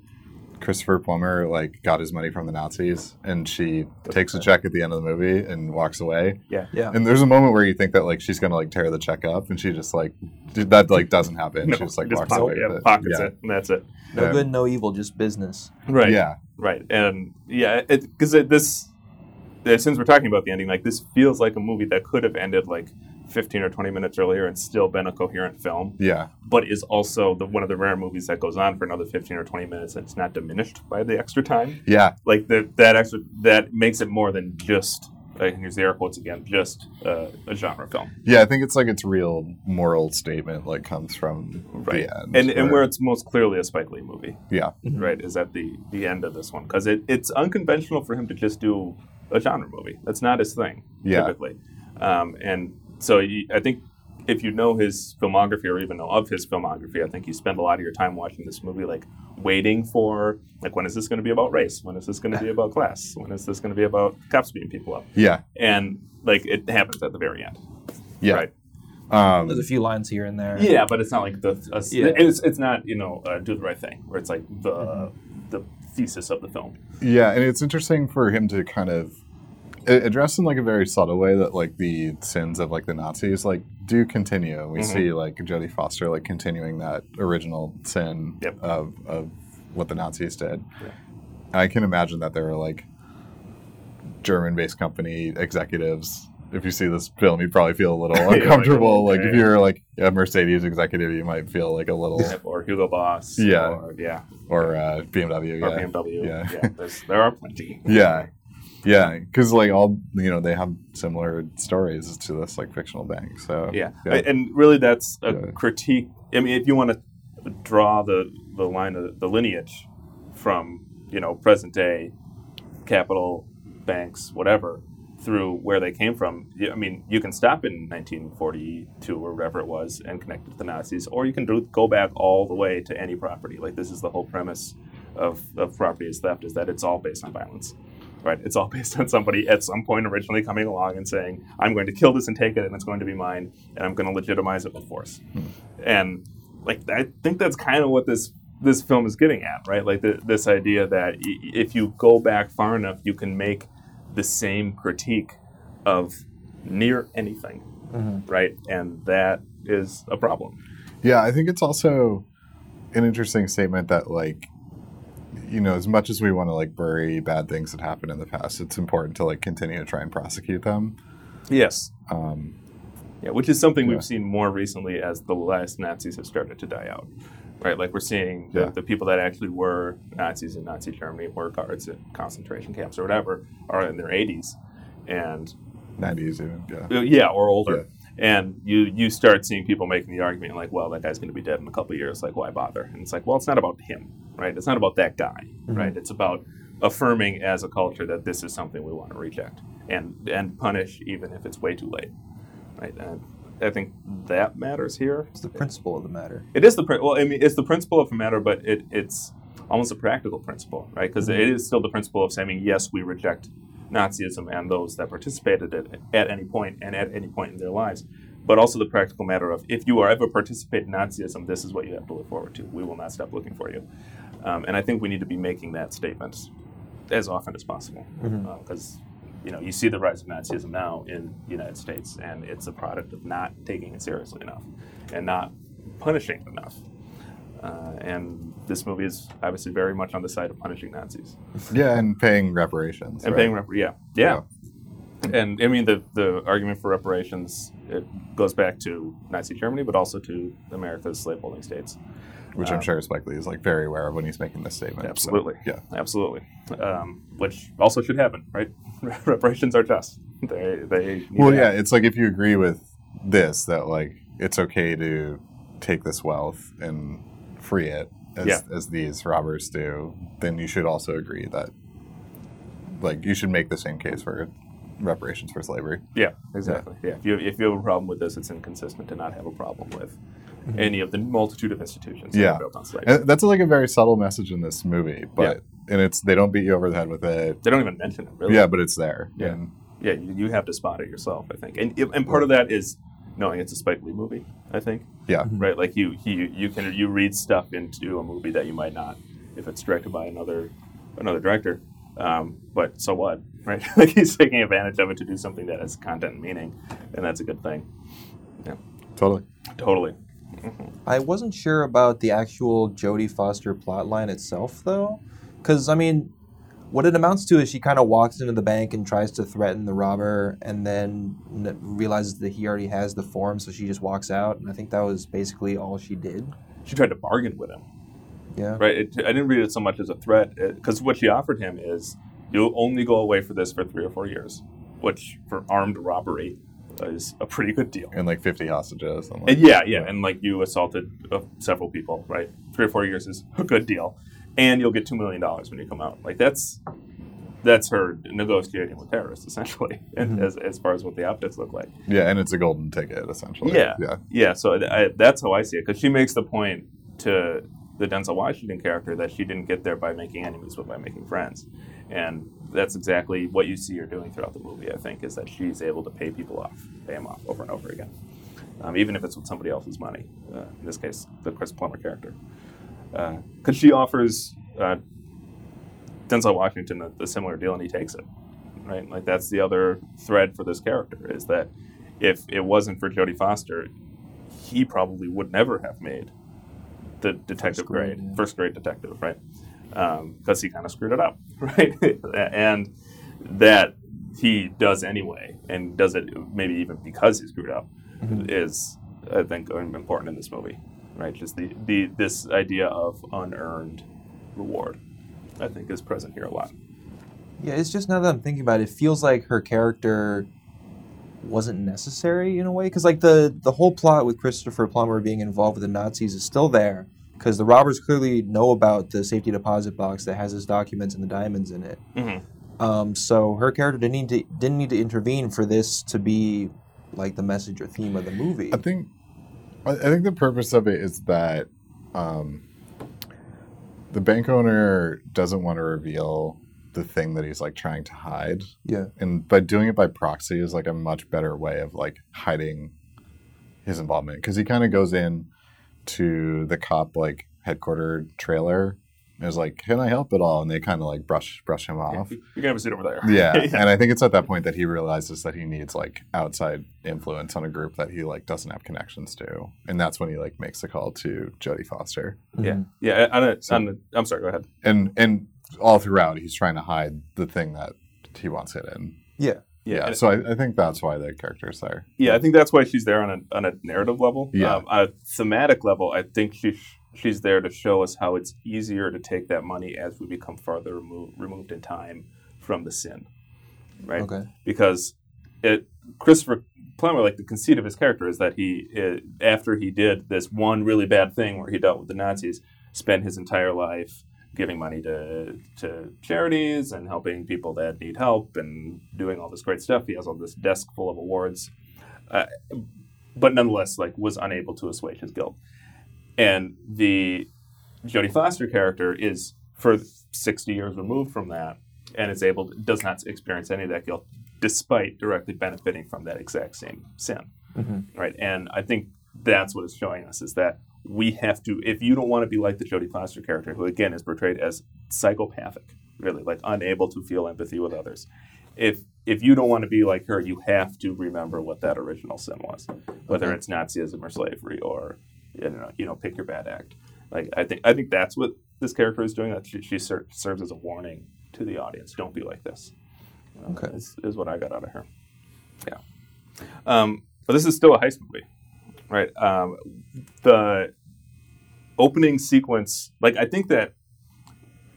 [SPEAKER 1] Christopher Plummer like got his money from the Nazis, and she takes a check at the end of the movie and walks away.
[SPEAKER 3] Yeah.
[SPEAKER 1] And there's a moment where you think that like she's gonna like tear the check up, and she just like d- that like doesn't happen. she just like walks
[SPEAKER 2] pocket-
[SPEAKER 1] away
[SPEAKER 2] yeah,
[SPEAKER 1] with it.
[SPEAKER 2] pockets
[SPEAKER 1] yeah.
[SPEAKER 2] it, and that's it.
[SPEAKER 3] No
[SPEAKER 1] Um,
[SPEAKER 3] good, no evil, just business.
[SPEAKER 2] Right.
[SPEAKER 1] Yeah,
[SPEAKER 2] Right. And yeah, because it, this, uh, since we're talking about the ending, like this feels like a movie that could have ended like 15 or 20 minutes earlier and still been a coherent film,
[SPEAKER 1] yeah,
[SPEAKER 2] but is also the one of the rare movies that goes on for another 15 or 20 minutes and it's not diminished by the extra time.
[SPEAKER 1] yeah,
[SPEAKER 2] Like the, that extra, that makes it more than just, I can use the air quotes again, just uh, a genre film.
[SPEAKER 1] yeah. I think it's like its real moral statement like comes from
[SPEAKER 2] Right.
[SPEAKER 1] the end,
[SPEAKER 2] And, and where
[SPEAKER 1] where-
[SPEAKER 2] it's most clearly a Spike Lee movie.
[SPEAKER 1] yeah,
[SPEAKER 2] right is at the the end of this one because it, it's unconventional for him to just do a genre movie that's not his thing
[SPEAKER 1] Yeah.
[SPEAKER 2] typically um, and so you, i think if you know his filmography or even know of his filmography i think you spend a lot of your time watching this movie like waiting for like when is this going to be about race when is
[SPEAKER 1] *laughs*
[SPEAKER 2] this going to be about class when is this going to be about cops beating people up
[SPEAKER 1] yeah,
[SPEAKER 2] and like it happens at the very end
[SPEAKER 1] yeah.
[SPEAKER 2] right
[SPEAKER 1] Um,
[SPEAKER 3] There's a few lines here and there.
[SPEAKER 2] yeah, but it's not like the uh,
[SPEAKER 3] Yeah.
[SPEAKER 2] it's it's not you know uh, do the right thing where it's like the
[SPEAKER 1] Mm-hmm.
[SPEAKER 2] the thesis of the film.
[SPEAKER 1] Yeah, and it's interesting for him to kind of a- address in like a very subtle way that like the sins of like the Nazis like do continue. We
[SPEAKER 2] Mhm.
[SPEAKER 1] see like Jodie Foster like continuing that original sin
[SPEAKER 2] Yep.
[SPEAKER 1] of of what the Nazis did.
[SPEAKER 2] Yeah.
[SPEAKER 1] I can imagine that there are like German-based company executives. If you see this film, you'd probably feel a
[SPEAKER 2] *laughs* Yeah,
[SPEAKER 1] little
[SPEAKER 2] like, "Oh,
[SPEAKER 1] uncomfortable. like if
[SPEAKER 2] okay.
[SPEAKER 1] you're like a Mercedes executive, you might feel like a
[SPEAKER 2] *laughs*
[SPEAKER 1] little
[SPEAKER 2] or Hugo Boss.
[SPEAKER 1] Yeah.
[SPEAKER 2] Or, yeah.
[SPEAKER 1] or uh, BMW.
[SPEAKER 2] Or
[SPEAKER 1] yeah.
[SPEAKER 2] BMW.
[SPEAKER 1] Yeah.
[SPEAKER 2] Yeah. there's, there are plenty.
[SPEAKER 1] *laughs* Yeah. Yeah, because like all you know, they have similar stories to this like fictional bank. So
[SPEAKER 2] Yeah.
[SPEAKER 1] Yeah.
[SPEAKER 2] I- And really, that's a
[SPEAKER 1] Yeah.
[SPEAKER 2] critique. I mean, if you want to draw the, the line of the lineage from, you know, present day capital banks, whatever, through where they came from, you- I mean, you can stop in 1942 or whatever it was and connect it to the Nazis, or you can do, go back all the way to any property. Like, this is the whole premise of, of property is theft is that it's all based on violence. right? It's all *laughs* based on somebody at some point originally coming along and saying, "I'm going to kill this and take it, and it's going to be mine, and I'm going to legitimize it with force." And like, I think that's kind of what this this film is getting at, right? Like the, this idea that y- y- if you go back far enough, you can make the same critique of near anything,
[SPEAKER 3] Mhm.
[SPEAKER 2] right? And that is a problem.
[SPEAKER 1] yeah, I think it's also an interesting statement that like you know, as much as we want to like bury bad things that happened in the past, it's important to like continue to try and prosecute them.
[SPEAKER 2] Yes.
[SPEAKER 1] Um,
[SPEAKER 2] Yeah, which is something
[SPEAKER 1] Yeah.
[SPEAKER 2] we've seen more recently as the last Nazis have started to die out, right? Like we're seeing
[SPEAKER 1] Yeah.
[SPEAKER 2] the, the people that actually were Nazis in Nazi Germany, were guards at concentration camps or whatever, are in their 80s, and
[SPEAKER 1] nineties even.
[SPEAKER 2] *laughs*
[SPEAKER 1] Yeah.
[SPEAKER 2] uh, yeah, or older. And you you start seeing people making the argument like, well, that guy's going to be dead in a couple of years. Like, why bother? And it's like, well, it's not about him, right? It's not about that guy,
[SPEAKER 3] Mhm.
[SPEAKER 2] right? It's about affirming as a culture that this is something we want to reject and and punish, even if it's way too late, right? And I think that matters here.
[SPEAKER 3] It's the principle of the matter.
[SPEAKER 2] It is the prin- well, I mean, it's the principle of a matter, but it, it's almost a practical principle, right? Because is still the principle of saying yes, we reject Nazism and those that participated at, at any point and at any point in their lives, but also the practical matter of if you are ever participate in Nazism, this is what you have to look forward to. We will not stop looking for you, um, and I think we need to be making that statement as often as possible
[SPEAKER 1] Mm-hmm.
[SPEAKER 3] Mhm.
[SPEAKER 2] because. you know, you see the rise of Nazism now in the United States, and it's a product of not taking it seriously enough and not punishing enough. Uh, and this movie is obviously very much on the side of punishing Nazis
[SPEAKER 1] Yeah, and paying reparations.
[SPEAKER 2] and
[SPEAKER 1] right?
[SPEAKER 2] paying rep- yeah. yeah, And I mean the the argument for reparations it goes back to Nazi Germany, but also to America's slaveholding states.
[SPEAKER 1] which I'm
[SPEAKER 2] um,
[SPEAKER 1] sure Spike Lee is like very aware of when he's making this statement. so,
[SPEAKER 2] Absolutely.
[SPEAKER 1] yeah.
[SPEAKER 2] Absolutely, um, which also should happen, right? *laughs* reparations are just they they need
[SPEAKER 1] Well,
[SPEAKER 2] to
[SPEAKER 1] yeah, it's like if you agree with this, that like it's okay to take this wealth and free it as,
[SPEAKER 2] Yeah.
[SPEAKER 1] as these robbers do, then you should also agree that like you should make the same case for reparations for slavery.
[SPEAKER 2] Yeah, exactly. Yeah. If, you, if you have a problem with this, it's inconsistent to not have a problem with
[SPEAKER 3] Mhm.
[SPEAKER 2] any of the multitude of institutions that
[SPEAKER 1] Mm-hmm. Yeah.
[SPEAKER 2] are built on slavery.
[SPEAKER 1] And that's like a very subtle message in this movie, but and it's they don't beat you over the head with it.
[SPEAKER 2] they don't even mention it, really.
[SPEAKER 1] Yeah, but it's there.
[SPEAKER 2] Yeah.
[SPEAKER 1] And
[SPEAKER 2] Yeah, you, you have to spot it yourself, I think. And, and part of that is knowing it's a Spike Lee movie, I think.
[SPEAKER 1] Yeah.
[SPEAKER 3] Mhm.
[SPEAKER 2] Right? Like, you, you, you can you read stuff into a movie that you might not if it's directed by another another director. Um, but so what? *laughs* Right? like, he's taking advantage of it to do something that has content and meaning, and that's a good thing.
[SPEAKER 1] totally.
[SPEAKER 2] Totally.
[SPEAKER 3] I wasn't sure about the actual Jodie Foster plotline itself, though, because I mean, what it amounts to is she kind of walks into the bank and tries to threaten the robber, and then n- realizes that he already has the form, so she just walks out. And I think that was basically all she did.
[SPEAKER 2] She tried to bargain with him.
[SPEAKER 3] Yeah.
[SPEAKER 2] right? It, I didn't read it so much as a threat because what she offered him is you'll only go away for this for three or four years, which for armed robbery is a pretty good deal.
[SPEAKER 1] And like fifty hostages. And, like,
[SPEAKER 2] And yeah, yeah, and like you assaulted uh, several people, right? Three or four years is a good deal, and you'll get two million dollars when you come out. Like that's that's her negotiating with terrorists essentially, *laughs* and
[SPEAKER 3] Mhm.
[SPEAKER 2] as, as far as what the optics look like.
[SPEAKER 1] yeah, and it's a golden ticket essentially.
[SPEAKER 2] Yeah.
[SPEAKER 1] Yeah.
[SPEAKER 2] Yeah, so th- I, that's how I see it because she makes the point to the Denzel Washington character that she didn't get there by making enemies, but by making friends, and that's exactly what you see her doing throughout the movie. I think is that she's able to pay people off, pay them off over and over again, um, even if it's with somebody else's money. Uh, in this case, the Chris Plummer character, because she offers uh, Denzel Washington a, a similar deal, and he takes it. Right, like that's the other thread for this character is that if it wasn't for Jodie Foster, he probably would never have made the detective
[SPEAKER 3] First grade,
[SPEAKER 2] grade,
[SPEAKER 3] yeah.
[SPEAKER 2] first grade detective, right? Because he kind of screwed it up, *laughs* right? and that he does anyway, and does it maybe even because he screwed up,
[SPEAKER 3] Mhm.
[SPEAKER 2] is I think important in this movie, right? Just the, the this idea of unearned reward, I think, is present here a lot.
[SPEAKER 3] Yeah, it's just now that I'm thinking about it, it feels like her character wasn't necessary in a way because like the the whole plot with Christopher Plummer being involved with the Nazis is still there because the robbers clearly know about the safety deposit box that has his documents and the diamonds in it.
[SPEAKER 2] Mhm.
[SPEAKER 3] Um, so her character didn't need to didn't need to intervene for this to be like the message or theme of the movie.
[SPEAKER 1] I think I I think the purpose of it is that um, the bank owner doesn't want to reveal the thing that he's like trying to hide,
[SPEAKER 3] Yeah.
[SPEAKER 1] and by doing it by proxy is like a much better way of like hiding his involvement because he kind of goes in to the cop like headquarter trailer and is like, "Can I help at all?" And they kind of like brush brush him off.
[SPEAKER 2] You're gonna have a seat over there.
[SPEAKER 1] *laughs* Yeah, and I think it's at that point that he realizes that he needs like outside influence on a group that he like doesn't have connections to, and that's when he like makes the call to Jodie Foster.
[SPEAKER 2] yeah,
[SPEAKER 3] Mhm.
[SPEAKER 2] yeah. On a,
[SPEAKER 1] So-
[SPEAKER 2] on a, I'm sorry. Go ahead.
[SPEAKER 1] And and all throughout, he's trying to hide the thing that he wants hidden.
[SPEAKER 3] Yeah.
[SPEAKER 1] Yeah,
[SPEAKER 2] and-
[SPEAKER 1] so I, I think that's why the character's there.
[SPEAKER 2] Yeah, I think that's why she's there on a, on a narrative level.
[SPEAKER 1] Yeah.
[SPEAKER 2] Um, on a thematic level, I think she she's there to show us how it's easier to take that money as we become farther remo- removed in time from the sin, right?
[SPEAKER 3] Okay.
[SPEAKER 2] Because it Christopher Plummer, like the conceit of his character is that he, uh after he did this one really bad thing where he dealt with the Nazis, spent his entire life giving money to to charities and helping people that need help and doing all this great stuff. He has all this desk full of awards uh, but nonetheless, like was unable to assuage his guilt. And the Jodie Foster character is for 60 years removed from that, and is able does not experience any of that guilt, despite directly benefiting from that exact same sin,
[SPEAKER 3] Mhm.
[SPEAKER 2] right? And I think that's what it's showing us is that we have to, if you don't want to be like the Jodie Foster character, who again is portrayed as psychopathic, really like unable to feel empathy with others, if if you don't want to be like her, you have to remember what that original sin was, whether
[SPEAKER 3] Okay.
[SPEAKER 2] it's Nazism or slavery or you know, you know, pick your bad act. Like I think I think that's what this character is doing. That she, she ser- serves as a warning to the audience: don't be like this. You know,
[SPEAKER 3] Okay.
[SPEAKER 2] is, is what I got out of her. Yeah, um, but this is still a heist movie, right? Um, the opening sequence, like I think that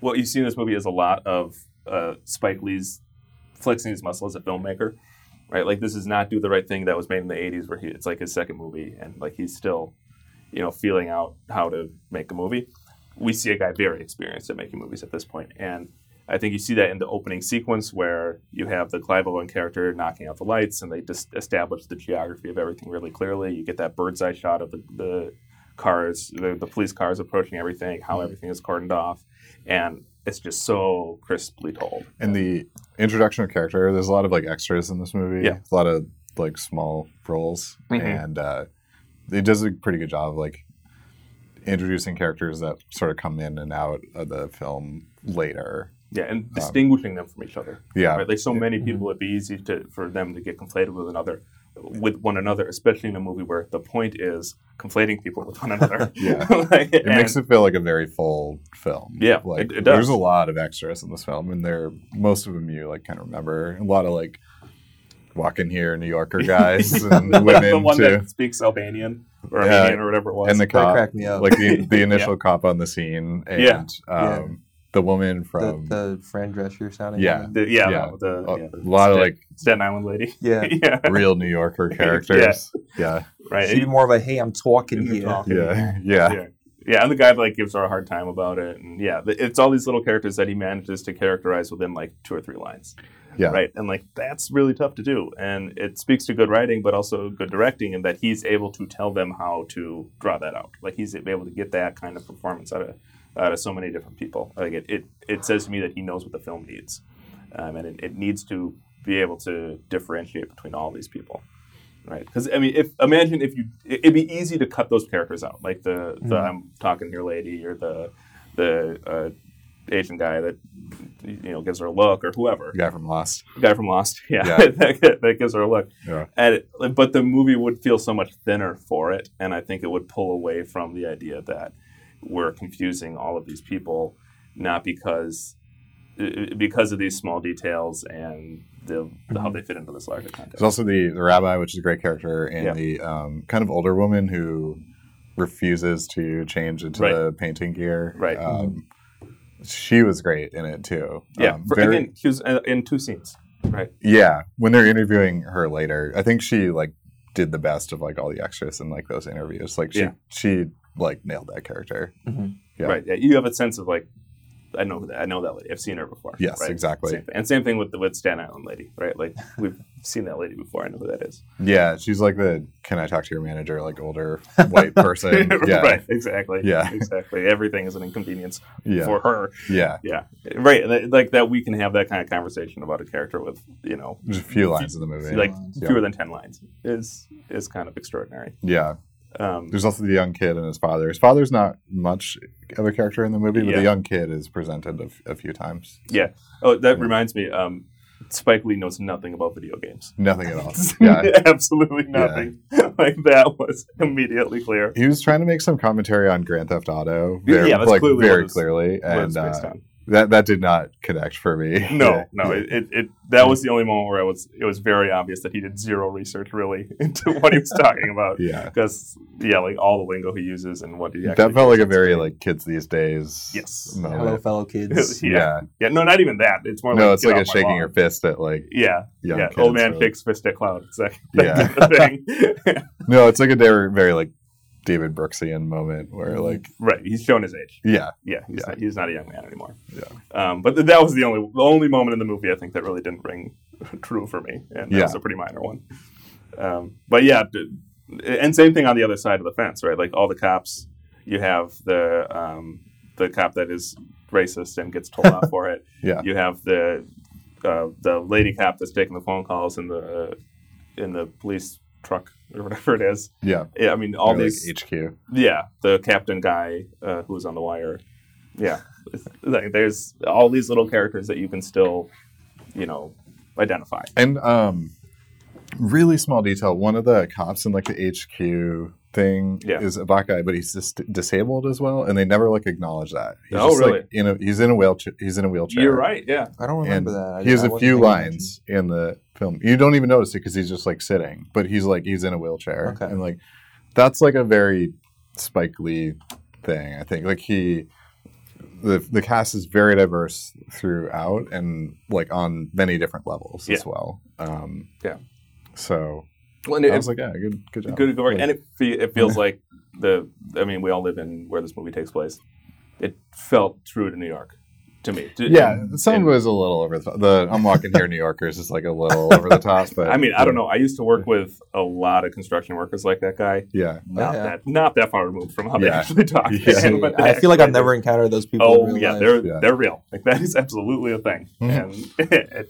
[SPEAKER 2] what you see in this movie is a lot of uh, Spike Lee's flexing his muscle as a filmmaker, right? Like this is not do the right thing that was made in the '80s, where he it's like his second movie, and like he's still, you know, feeling out how to make a movie. We see a guy very experienced at making movies at this point, and I think you see that in the opening sequence where you have the Clive Owen character knocking out the lights and they just establish the geography of everything really clearly. You get that bird's eye shot of the, the cars, the, the police cars approaching everything, how everything is cordoned off. And it's just so crisply told.
[SPEAKER 1] And the introduction of character, there's a lot of like extras in this movie.
[SPEAKER 2] Yeah.
[SPEAKER 1] A lot of like small roles.
[SPEAKER 2] Mhm.
[SPEAKER 1] And uh, it does a pretty good job of like introducing characters that sort of come in and out of the film later.
[SPEAKER 2] Yeah, and distinguishing them from each other.
[SPEAKER 1] Yeah.
[SPEAKER 2] Right? Like so
[SPEAKER 1] Yeah. Mm-hmm.
[SPEAKER 2] many people, it'd be easy to, for them to get conflated with another, with one another, especially in a movie where the point is conflating people with one another.
[SPEAKER 1] *laughs* Yeah.
[SPEAKER 2] *laughs* Like,
[SPEAKER 1] It makes it feel like a very full film.
[SPEAKER 2] Yeah,
[SPEAKER 1] like
[SPEAKER 2] it- it does.
[SPEAKER 1] there's a lot of extras in this film, and they're most of them you like kind of remember. A lot of like walk in here New Yorker
[SPEAKER 2] *laughs*
[SPEAKER 1] guys and
[SPEAKER 2] the,
[SPEAKER 1] women
[SPEAKER 2] the one
[SPEAKER 1] too,
[SPEAKER 2] that speaks Albanian or
[SPEAKER 1] Yeah.
[SPEAKER 2] Armenian or whatever it was.
[SPEAKER 1] and the
[SPEAKER 3] That
[SPEAKER 1] cop,
[SPEAKER 3] cracked me up.
[SPEAKER 1] like the,
[SPEAKER 2] *laughs*
[SPEAKER 1] the initial cop on the scene, and
[SPEAKER 2] Oh. Yeah.
[SPEAKER 1] um,
[SPEAKER 3] Yeah.
[SPEAKER 1] the woman
[SPEAKER 3] the,
[SPEAKER 1] from
[SPEAKER 3] the Fran Drescher sounding.
[SPEAKER 1] Yeah.
[SPEAKER 3] one.
[SPEAKER 2] The- yeah,
[SPEAKER 1] Yeah.
[SPEAKER 2] the,
[SPEAKER 1] a
[SPEAKER 2] yeah, the
[SPEAKER 1] lot of
[SPEAKER 2] Stat-
[SPEAKER 1] like
[SPEAKER 2] Staten Island lady. *laughs*
[SPEAKER 3] yeah.
[SPEAKER 2] yeah,
[SPEAKER 1] real New Yorker characters. yeah,
[SPEAKER 2] right.
[SPEAKER 3] She'd be more of a hey, I'm talking
[SPEAKER 2] And the
[SPEAKER 3] here.
[SPEAKER 2] talk.
[SPEAKER 1] yeah, yeah,
[SPEAKER 2] Yeah. Yeah, and the guy like gives her a hard time about it, and yeah, th- it's all these little characters that he manages to characterize within like two or three lines,
[SPEAKER 1] Yeah.
[SPEAKER 2] right? And like that's really tough to do, and it speaks to good writing, but also good directing, and that he's able to tell them how to draw that out. Like he's able to get that kind of performance out of out of so many different people. Like it, it, it says to me that he knows what the film needs, um, and it, it needs to be able to differentiate between all these people right because i mean if imagine if you it- it'd be easy to cut those characters out like the, the
[SPEAKER 3] Mhm.
[SPEAKER 2] i'm talking here lady or the the uh, asian guy that you know gives her a look or whoever
[SPEAKER 1] The guy from Lost.
[SPEAKER 2] guy from lost *laughs* yeah,
[SPEAKER 1] Yeah.
[SPEAKER 2] that, that gives her a look
[SPEAKER 1] Yeah.
[SPEAKER 2] and it, but the movie would feel so much thinner for it and i think it would pull away from the idea that we're confusing all of these people not because because of these small details and the, how they fit into this larger context
[SPEAKER 1] Mm-hmm. There's also the, the rabbi, which is a great character, and
[SPEAKER 2] Yeah.
[SPEAKER 1] the um, kind of older woman who refuses to change into
[SPEAKER 2] Right.
[SPEAKER 1] the painting gear.
[SPEAKER 2] Right. Mm-hmm.
[SPEAKER 1] Um, she was great in it too.
[SPEAKER 2] Yeah,
[SPEAKER 1] Um,
[SPEAKER 2] for,
[SPEAKER 1] very-
[SPEAKER 2] again, he was uh, in two scenes. Right.
[SPEAKER 1] yeah. When they're interviewing her later, I think she like did the best of like all the extras in like those interviews. Like she
[SPEAKER 2] Yeah.
[SPEAKER 1] she like nailed that character.
[SPEAKER 3] Mm-hmm.
[SPEAKER 1] Yeah.
[SPEAKER 2] Right. Yeah, you have a sense of like, I know who that, I know that lady. I've seen her before.
[SPEAKER 1] Yes,
[SPEAKER 2] right?
[SPEAKER 1] exactly.
[SPEAKER 2] Same thing. And same thing with the with Staten Island lady. Right. Like we've *laughs* seen that lady before. I know who that is.
[SPEAKER 1] Yeah, she's like the can I talk to your manager like older *laughs* white person. Yeah,
[SPEAKER 2] *laughs* right. Exactly.
[SPEAKER 1] Yeah.
[SPEAKER 2] Exactly. Everything is an inconvenience
[SPEAKER 1] yeah,
[SPEAKER 2] for her.
[SPEAKER 1] yeah.
[SPEAKER 2] Yeah. Right. and that- Like that. We can have that kind of conversation about a character with you know
[SPEAKER 1] Just a few lines in the movie.
[SPEAKER 2] like
[SPEAKER 1] Yeah.
[SPEAKER 2] fewer than ten lines is is kind of extraordinary.
[SPEAKER 1] yeah.
[SPEAKER 2] Um,
[SPEAKER 1] There's also the young kid and his father. His father's not much of a character in the movie, but
[SPEAKER 2] Yeah.
[SPEAKER 1] the young kid is presented a, f- a few times.
[SPEAKER 2] oh, that
[SPEAKER 1] Yeah.
[SPEAKER 2] reminds me. Um, Spike Lee knows nothing about video games.
[SPEAKER 1] Nothing at all.
[SPEAKER 2] *laughs*
[SPEAKER 1] Yeah.
[SPEAKER 2] absolutely nothing. *laughs* like that was immediately clear.
[SPEAKER 1] He was trying to make some commentary on Grand Theft Auto,
[SPEAKER 2] Yeah,
[SPEAKER 1] very,
[SPEAKER 2] yeah, that's
[SPEAKER 1] like
[SPEAKER 2] clearly what
[SPEAKER 1] very
[SPEAKER 2] it's-
[SPEAKER 1] clearly,
[SPEAKER 2] What it's
[SPEAKER 1] and
[SPEAKER 2] based
[SPEAKER 1] uh,
[SPEAKER 2] on.
[SPEAKER 1] that that did not connect for me. *laughs*
[SPEAKER 2] No,
[SPEAKER 1] Yeah.
[SPEAKER 2] no, it, it, it that was the only moment where I was it was very obvious that he did zero research really *laughs* into what he was talking about
[SPEAKER 1] yeah,
[SPEAKER 2] because yeah, like all the lingo he uses and what he actually
[SPEAKER 1] that felt like a
[SPEAKER 2] uses.
[SPEAKER 1] very like kids these days.
[SPEAKER 2] yes,
[SPEAKER 1] moment.
[SPEAKER 3] Hello, fellow kids.
[SPEAKER 2] Yeah.
[SPEAKER 1] Yeah.
[SPEAKER 2] yeah, no, not even that. It's more
[SPEAKER 1] no,
[SPEAKER 2] like
[SPEAKER 1] it's
[SPEAKER 2] get
[SPEAKER 1] like
[SPEAKER 2] off
[SPEAKER 1] a
[SPEAKER 2] my
[SPEAKER 1] shaking
[SPEAKER 2] lawn.
[SPEAKER 1] your fist at like
[SPEAKER 2] Yeah,
[SPEAKER 1] young
[SPEAKER 2] yeah.
[SPEAKER 1] kids.
[SPEAKER 2] Old man
[SPEAKER 1] or-
[SPEAKER 2] shakes fist at cloud. It's like *laughs* that
[SPEAKER 1] Yeah.
[SPEAKER 2] type of thing. *laughs*
[SPEAKER 1] No, it's like a very, very like David Brooksian moment where like
[SPEAKER 2] right. He's shown his age.
[SPEAKER 1] yeah,
[SPEAKER 2] Yeah, he's,
[SPEAKER 1] Yeah.
[SPEAKER 2] Not, he's not a young man anymore.
[SPEAKER 1] Yeah.
[SPEAKER 2] Um, but th- that was the only the only moment in the movie I think that really didn't ring *laughs* true for me, and that
[SPEAKER 1] Yeah.
[SPEAKER 2] was a pretty minor one. Um, but yeah, d- and same thing on the other side of the fence, right? Like all the cops, you have the um, the cop that is racist and gets
[SPEAKER 1] *laughs*
[SPEAKER 2] told off for it.
[SPEAKER 1] Yeah.
[SPEAKER 2] You have the uh, the lady cop that's taking the phone calls in the in the police truck or whatever it is.
[SPEAKER 1] yeah,
[SPEAKER 2] Yeah, I mean, all
[SPEAKER 1] Or, like,
[SPEAKER 2] these
[SPEAKER 1] HQ.
[SPEAKER 2] yeah, the captain guy uh, who was on the wire. Yeah, It's- like there's all these little characters that you can still, you know, identify.
[SPEAKER 1] And um, really small detail. One of the cops in like the HQ thing
[SPEAKER 2] Yeah.
[SPEAKER 1] is a black guy, but he's dis- disabled as well, and they never like acknowledge that. He's
[SPEAKER 2] Oh,
[SPEAKER 1] like,
[SPEAKER 2] really?
[SPEAKER 1] in a, he's in a wheelchair. He's in a wheelchair.
[SPEAKER 2] You're right. Yeah,
[SPEAKER 3] I don't
[SPEAKER 1] And
[SPEAKER 3] remember that. I,
[SPEAKER 1] he has
[SPEAKER 3] a
[SPEAKER 1] a few lines in the film. You don't even notice it because he's just like sitting, but he's like he's in a wheelchair,
[SPEAKER 3] Okay.
[SPEAKER 1] and like that's like a very Spike Lee thing. I think like he. The, the cast is very diverse throughout and like on many different levels as well. Um,
[SPEAKER 2] Yeah.
[SPEAKER 1] So
[SPEAKER 2] well, and it,
[SPEAKER 1] I was like, yeah, good, good job.
[SPEAKER 2] good work,
[SPEAKER 1] Like,
[SPEAKER 2] and it, fe- it feels like the. I mean, we all live in where this movie takes place. It felt true to New York. to me.
[SPEAKER 1] Yeah,
[SPEAKER 2] And-
[SPEAKER 1] some
[SPEAKER 2] and-
[SPEAKER 1] of it was a little over the top. The I'm walking here, New Yorkers is like a little over the
[SPEAKER 2] *laughs*
[SPEAKER 1] top, but
[SPEAKER 2] I mean, I don't know. I used to work with a lot of construction workers like that guy.
[SPEAKER 1] Yeah,
[SPEAKER 2] Not
[SPEAKER 3] Yeah.
[SPEAKER 2] that not that far removed from how they
[SPEAKER 1] Yeah.
[SPEAKER 2] actually talk.
[SPEAKER 1] Yeah.
[SPEAKER 2] *laughs* And what
[SPEAKER 3] *laughs*
[SPEAKER 2] they
[SPEAKER 3] I feel like I've
[SPEAKER 2] actually
[SPEAKER 3] never encountered those people. in
[SPEAKER 2] Oh
[SPEAKER 3] real
[SPEAKER 2] yeah,
[SPEAKER 3] *laughs* life.
[SPEAKER 2] they're
[SPEAKER 1] Yeah. Hmm.
[SPEAKER 2] they're real. Like that is absolutely a thing.
[SPEAKER 1] *laughs*
[SPEAKER 2] And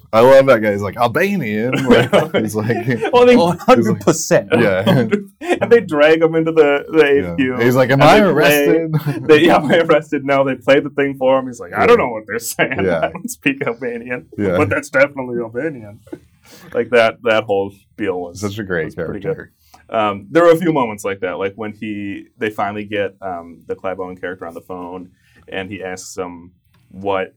[SPEAKER 2] *laughs*
[SPEAKER 1] I love that guy. He's like
[SPEAKER 3] *laughs*
[SPEAKER 1] Albanian. Like, he's like,
[SPEAKER 2] well, they,
[SPEAKER 3] Oh, 100 percent.
[SPEAKER 1] yeah,
[SPEAKER 2] and they drag him into the the
[SPEAKER 1] yeah.
[SPEAKER 2] AFU.
[SPEAKER 1] He's like, am
[SPEAKER 2] And
[SPEAKER 1] I
[SPEAKER 2] they play-
[SPEAKER 1] arrested?
[SPEAKER 2] *laughs*
[SPEAKER 3] *laughs*
[SPEAKER 2] They, yeah, I arrested. Now they play the thing for him. He's like, I don't know what they're saying.
[SPEAKER 1] Yeah.
[SPEAKER 2] *laughs* I don't speak Albanian,
[SPEAKER 1] Yeah.
[SPEAKER 2] but that's definitely Albanian. Like that that whole deal was
[SPEAKER 1] Such a great
[SPEAKER 2] That's pretty
[SPEAKER 1] character.
[SPEAKER 2] um, there were a few moments like that, like when he they finally get um, the Clive Owen character on the phone, and he asks him what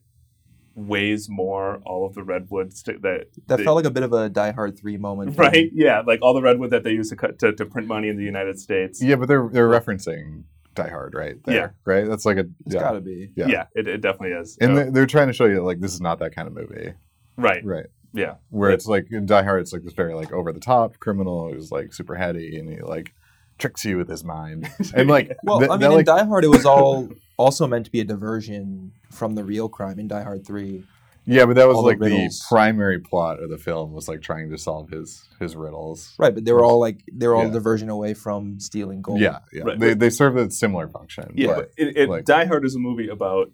[SPEAKER 2] weighs more, all of the redwood sti- that
[SPEAKER 3] That
[SPEAKER 2] they-
[SPEAKER 3] felt like a bit of a Die Hard 3 moment. for
[SPEAKER 2] *laughs*
[SPEAKER 3] me.
[SPEAKER 2] right,
[SPEAKER 1] Mm-hmm.
[SPEAKER 2] yeah, like all the redwood that they use to cut to, to print money in the United States.
[SPEAKER 1] Yeah, but they're they're referencing Die Hard, right? There,
[SPEAKER 2] Yeah.
[SPEAKER 1] right. That's like a
[SPEAKER 3] It's
[SPEAKER 1] yeah.
[SPEAKER 3] got to be.
[SPEAKER 1] yeah.
[SPEAKER 2] it, it definitely is.
[SPEAKER 1] and
[SPEAKER 2] Uh,
[SPEAKER 1] they're, they're trying to show you like this is not that kind of movie,
[SPEAKER 2] right,
[SPEAKER 1] right?
[SPEAKER 2] yeah,
[SPEAKER 1] Where
[SPEAKER 2] Yeah.
[SPEAKER 1] it's like in Die Hard, it's like this very like over the top criminal who's like super heady and he like tricks you with his
[SPEAKER 3] *laughs*
[SPEAKER 1] mind and like
[SPEAKER 3] Well,
[SPEAKER 1] th-
[SPEAKER 3] I mean,
[SPEAKER 1] that,
[SPEAKER 3] in
[SPEAKER 1] like,
[SPEAKER 3] Die Hard, it was all *laughs* also meant to be a diversion from the real crime in Die Hard 3.
[SPEAKER 1] yeah, but that was
[SPEAKER 3] all the
[SPEAKER 1] like the,
[SPEAKER 3] riddles.
[SPEAKER 1] primary plot of the film was like trying to solve his his riddles.
[SPEAKER 3] Right, but they were all like, they were all
[SPEAKER 1] Yeah.
[SPEAKER 3] diversion away from stealing gold.
[SPEAKER 1] Yeah, yeah.
[SPEAKER 2] Right.
[SPEAKER 1] They they serve a similar function.
[SPEAKER 2] yeah.
[SPEAKER 1] but-
[SPEAKER 2] but it, it,
[SPEAKER 1] like-
[SPEAKER 2] Die Hard is a movie about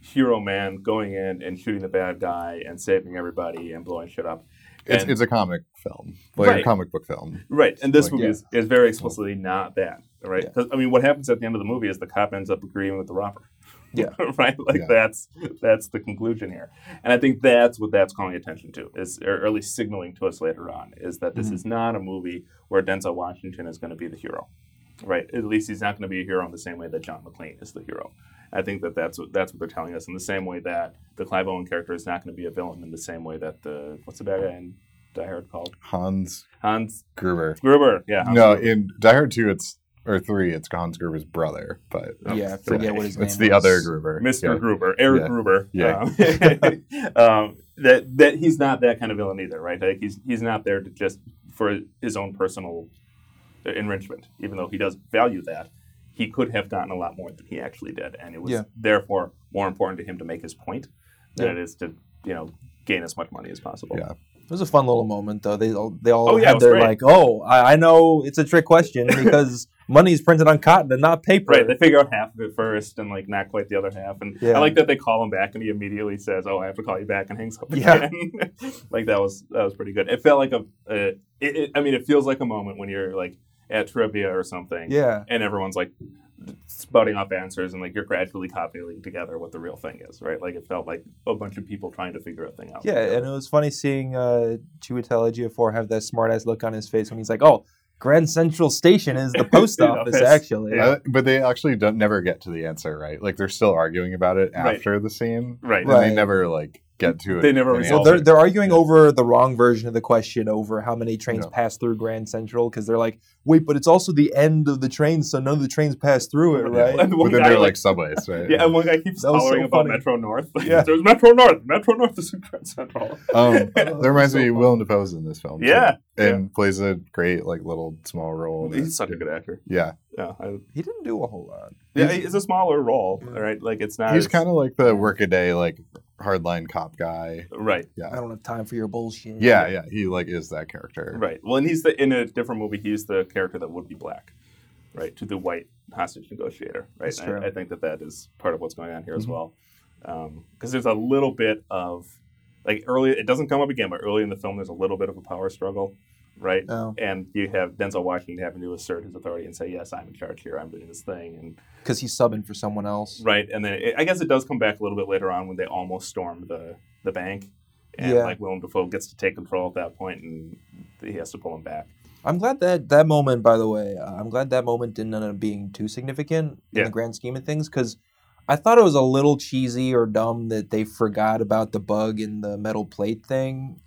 [SPEAKER 2] hero man going in and shooting the bad guy and saving everybody and blowing shit up.
[SPEAKER 1] it's,
[SPEAKER 2] And-
[SPEAKER 1] it's a comic film, like a
[SPEAKER 2] Right.
[SPEAKER 1] comic book film.
[SPEAKER 2] Right, and this
[SPEAKER 1] Like,
[SPEAKER 2] movie
[SPEAKER 1] yeah.
[SPEAKER 2] is, is very explicitly not that, right?
[SPEAKER 3] Yeah.
[SPEAKER 2] 'Cause, I mean, what happens at the end of the movie is the cop ends up agreeing with the robber.
[SPEAKER 3] Yeah.
[SPEAKER 2] *laughs* right. Like
[SPEAKER 1] Yeah.
[SPEAKER 2] that's that's the conclusion here, and I think that's what that's calling attention to is, or at least signaling to us later on, is that this
[SPEAKER 1] Mm-hmm.
[SPEAKER 3] Mhm.
[SPEAKER 2] is not a movie where Denzel Washington is going to be the hero, right? At least he's not going to be a hero in the same way that John McClane is the hero. I think that that's what that's what they're telling us in the same way that the Clive Owen character is not going to be a villain in the same way that the what's the bad guy in Die Hard called
[SPEAKER 1] Hans
[SPEAKER 2] Hans
[SPEAKER 1] Gruber.
[SPEAKER 2] Gruber, yeah. Hans
[SPEAKER 1] No,
[SPEAKER 2] Gruber.
[SPEAKER 1] in Die Hard two, it's or three, it's Hans Gruber's brother, but
[SPEAKER 3] Yeah, I
[SPEAKER 2] Okay.
[SPEAKER 3] forget what his name
[SPEAKER 1] it's the
[SPEAKER 3] was.
[SPEAKER 1] other Gruber,
[SPEAKER 2] Mr.
[SPEAKER 1] Yeah.
[SPEAKER 2] Gruber, Eric
[SPEAKER 1] Yeah.
[SPEAKER 2] Gruber.
[SPEAKER 1] Yeah.
[SPEAKER 2] Um, *laughs* um, that that he's not that kind of villain either, right? Like he's he's not there to just for his own personal enrichment, even though he does value that. He could have gotten a lot more than he actually did, and it was
[SPEAKER 3] Yeah.
[SPEAKER 2] therefore more important to him to make his point than
[SPEAKER 3] Yeah.
[SPEAKER 2] it is to you know gain as much money as possible.
[SPEAKER 1] Yeah.
[SPEAKER 3] It was a fun little moment, though. They all, they all
[SPEAKER 2] Oh, yeah, it
[SPEAKER 3] had
[SPEAKER 2] was
[SPEAKER 3] their,
[SPEAKER 2] great.
[SPEAKER 3] like, oh, I, I know it's a
[SPEAKER 2] *laughs*
[SPEAKER 3] trick question because money's printed on cotton and not paper.
[SPEAKER 2] Right, they figure out half of it first, and like not quite the other half. And
[SPEAKER 3] Yeah.
[SPEAKER 2] I like that they call him back, and he immediately says, "Oh, I have to call you back," and hangs up
[SPEAKER 3] Yeah.
[SPEAKER 2] again. *laughs* like that was that was pretty good. It felt like a, a it, it, I mean, it feels like a moment when you're like at trivia or something,
[SPEAKER 3] Yeah.
[SPEAKER 2] and everyone's like spouting off answers, and like you're gradually copying together what the real thing is, right? Like it felt like a bunch of people trying to figure a thing out.
[SPEAKER 3] Yeah, and it was funny seeing uh, Chiwetel Ejiofor have that smart ass look on his face when he's like, "Oh, Grand Central
[SPEAKER 2] *laughs*
[SPEAKER 3] Station is the post
[SPEAKER 2] The
[SPEAKER 3] office,
[SPEAKER 2] office.
[SPEAKER 3] actually."
[SPEAKER 2] Yeah.
[SPEAKER 1] Uh, but they actually don't never get to the answer, right? Like they're still arguing about it
[SPEAKER 2] Right.
[SPEAKER 1] after the scene,
[SPEAKER 2] Right.
[SPEAKER 1] And they
[SPEAKER 3] Right.
[SPEAKER 1] never like get to it.
[SPEAKER 2] They never
[SPEAKER 1] any
[SPEAKER 2] resolve
[SPEAKER 3] So
[SPEAKER 2] Yeah.
[SPEAKER 1] answer.
[SPEAKER 3] they're they're arguing over the wrong version of the question over how many trains
[SPEAKER 1] Yeah.
[SPEAKER 3] pass through Grand Central because they're like, "Wait, but it's also the end of the train, so none of the trains pass through it,
[SPEAKER 2] *laughs*
[SPEAKER 3] right?"
[SPEAKER 2] And *laughs* one
[SPEAKER 1] But then
[SPEAKER 2] guy,
[SPEAKER 1] they're
[SPEAKER 2] like,
[SPEAKER 1] like
[SPEAKER 2] *laughs*
[SPEAKER 1] subways, right?
[SPEAKER 2] yeah, and one guy keeps
[SPEAKER 3] That was so
[SPEAKER 2] hollering about
[SPEAKER 3] funny.
[SPEAKER 2] Metro North. *laughs* Like,
[SPEAKER 3] Yeah.
[SPEAKER 2] There's Metro North. Metro North is in Grand Central. *laughs*
[SPEAKER 1] Um,
[SPEAKER 3] Oh,
[SPEAKER 1] that reminds
[SPEAKER 3] so
[SPEAKER 1] me,
[SPEAKER 3] fun.
[SPEAKER 1] Willem Dafoe's in this film. too,
[SPEAKER 2] Yeah,
[SPEAKER 1] and plays a great like little small role. in it.
[SPEAKER 2] He's such a good actor.
[SPEAKER 1] Yeah,
[SPEAKER 2] Yeah, I,
[SPEAKER 3] He didn't do a whole lot.
[SPEAKER 2] yeah, it's a smaller role,
[SPEAKER 3] Yeah.
[SPEAKER 2] right? Like it's not.
[SPEAKER 1] he's kind of like the workaday like hardline cop guy.
[SPEAKER 2] right,
[SPEAKER 3] I don't have time for your bullshit.
[SPEAKER 1] Yeah, yeah, he like is that character.
[SPEAKER 2] right. Well, and he's the in a different movie. He's the character that would be black, right, to the white hostage negotiator, right?
[SPEAKER 3] That's
[SPEAKER 2] And I-
[SPEAKER 3] true.
[SPEAKER 2] I, think that that is part of what's going on here as
[SPEAKER 3] Mhm.
[SPEAKER 2] well, because there's a little bit of like early. It doesn't come up again, but early in the film, there's a little bit of a power struggle, right? And you have Denzel Washington having to assert his authority and say, "Yes, I'm in charge here. I'm doing this thing," and
[SPEAKER 3] because he's subbing for someone else.
[SPEAKER 2] Right, and then it, I guess it does come back a little bit later on when they almost storm the the bank, and
[SPEAKER 3] Yeah.
[SPEAKER 2] like Willem Dafoe gets to take control at that point, and he has to pull him back.
[SPEAKER 3] I'm glad that that moment, by the way, uh, I'm glad that moment didn't end up being too significant in
[SPEAKER 2] Yeah.
[SPEAKER 3] the grand scheme of things because I thought it was a little cheesy or dumb that they forgot about the bug in the metal plate thing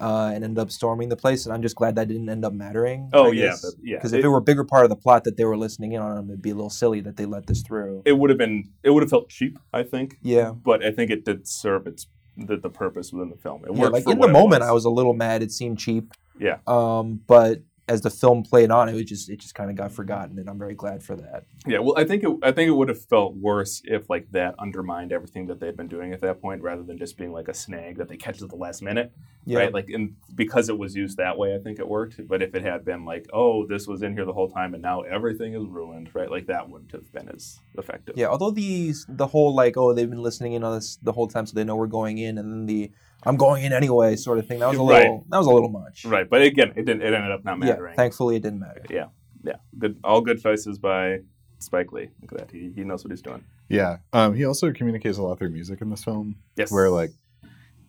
[SPEAKER 3] uh, and ended up storming the place. And I'm just glad that didn't end up mattering.
[SPEAKER 2] Oh yeah, but, yeah.
[SPEAKER 3] Because if
[SPEAKER 2] it,
[SPEAKER 3] it were a bigger part of the plot that they were listening in on, it'd be a little silly that they let this through.
[SPEAKER 2] it would have been it would have felt cheap, I think,
[SPEAKER 3] yeah.
[SPEAKER 2] but I think it did serve its the, the purpose within the film. It
[SPEAKER 3] Yeah,
[SPEAKER 2] worked
[SPEAKER 3] like
[SPEAKER 2] for
[SPEAKER 3] in the
[SPEAKER 2] what it
[SPEAKER 3] moment,
[SPEAKER 2] was.
[SPEAKER 3] I was a little mad. It seemed cheap.
[SPEAKER 2] Yeah.
[SPEAKER 3] Um, but as the film played on, it was just it just kind of got forgotten, and I'm very glad for that.
[SPEAKER 2] Yeah, well, I think it, I think it would have felt worse if like that undermined everything that they'd been doing at that point, rather than just being like a snag that they catch at the last minute,
[SPEAKER 3] Yeah.
[SPEAKER 2] right? Like, and because it was used that way, I think it worked. But if it had been like, oh, this was in here the whole time, and now everything is ruined, right? Like that wouldn't have been as effective.
[SPEAKER 3] Yeah, although the the whole like oh they've been listening in on this the whole time so they know we're going in and then the I'm going in anyway sort of thing that was a
[SPEAKER 2] Right.
[SPEAKER 3] little that was a little much.
[SPEAKER 2] Right, but again, it didn't. It ended up not
[SPEAKER 3] Yeah,
[SPEAKER 2] mattering.
[SPEAKER 3] thankfully it didn't matter.
[SPEAKER 2] yeah, yeah. Good, all good choices by Spike Lee. Look at that. He, he knows what he's doing.
[SPEAKER 1] Yeah. Um, he also communicates a lot through music in this film,
[SPEAKER 2] Yes.
[SPEAKER 1] where like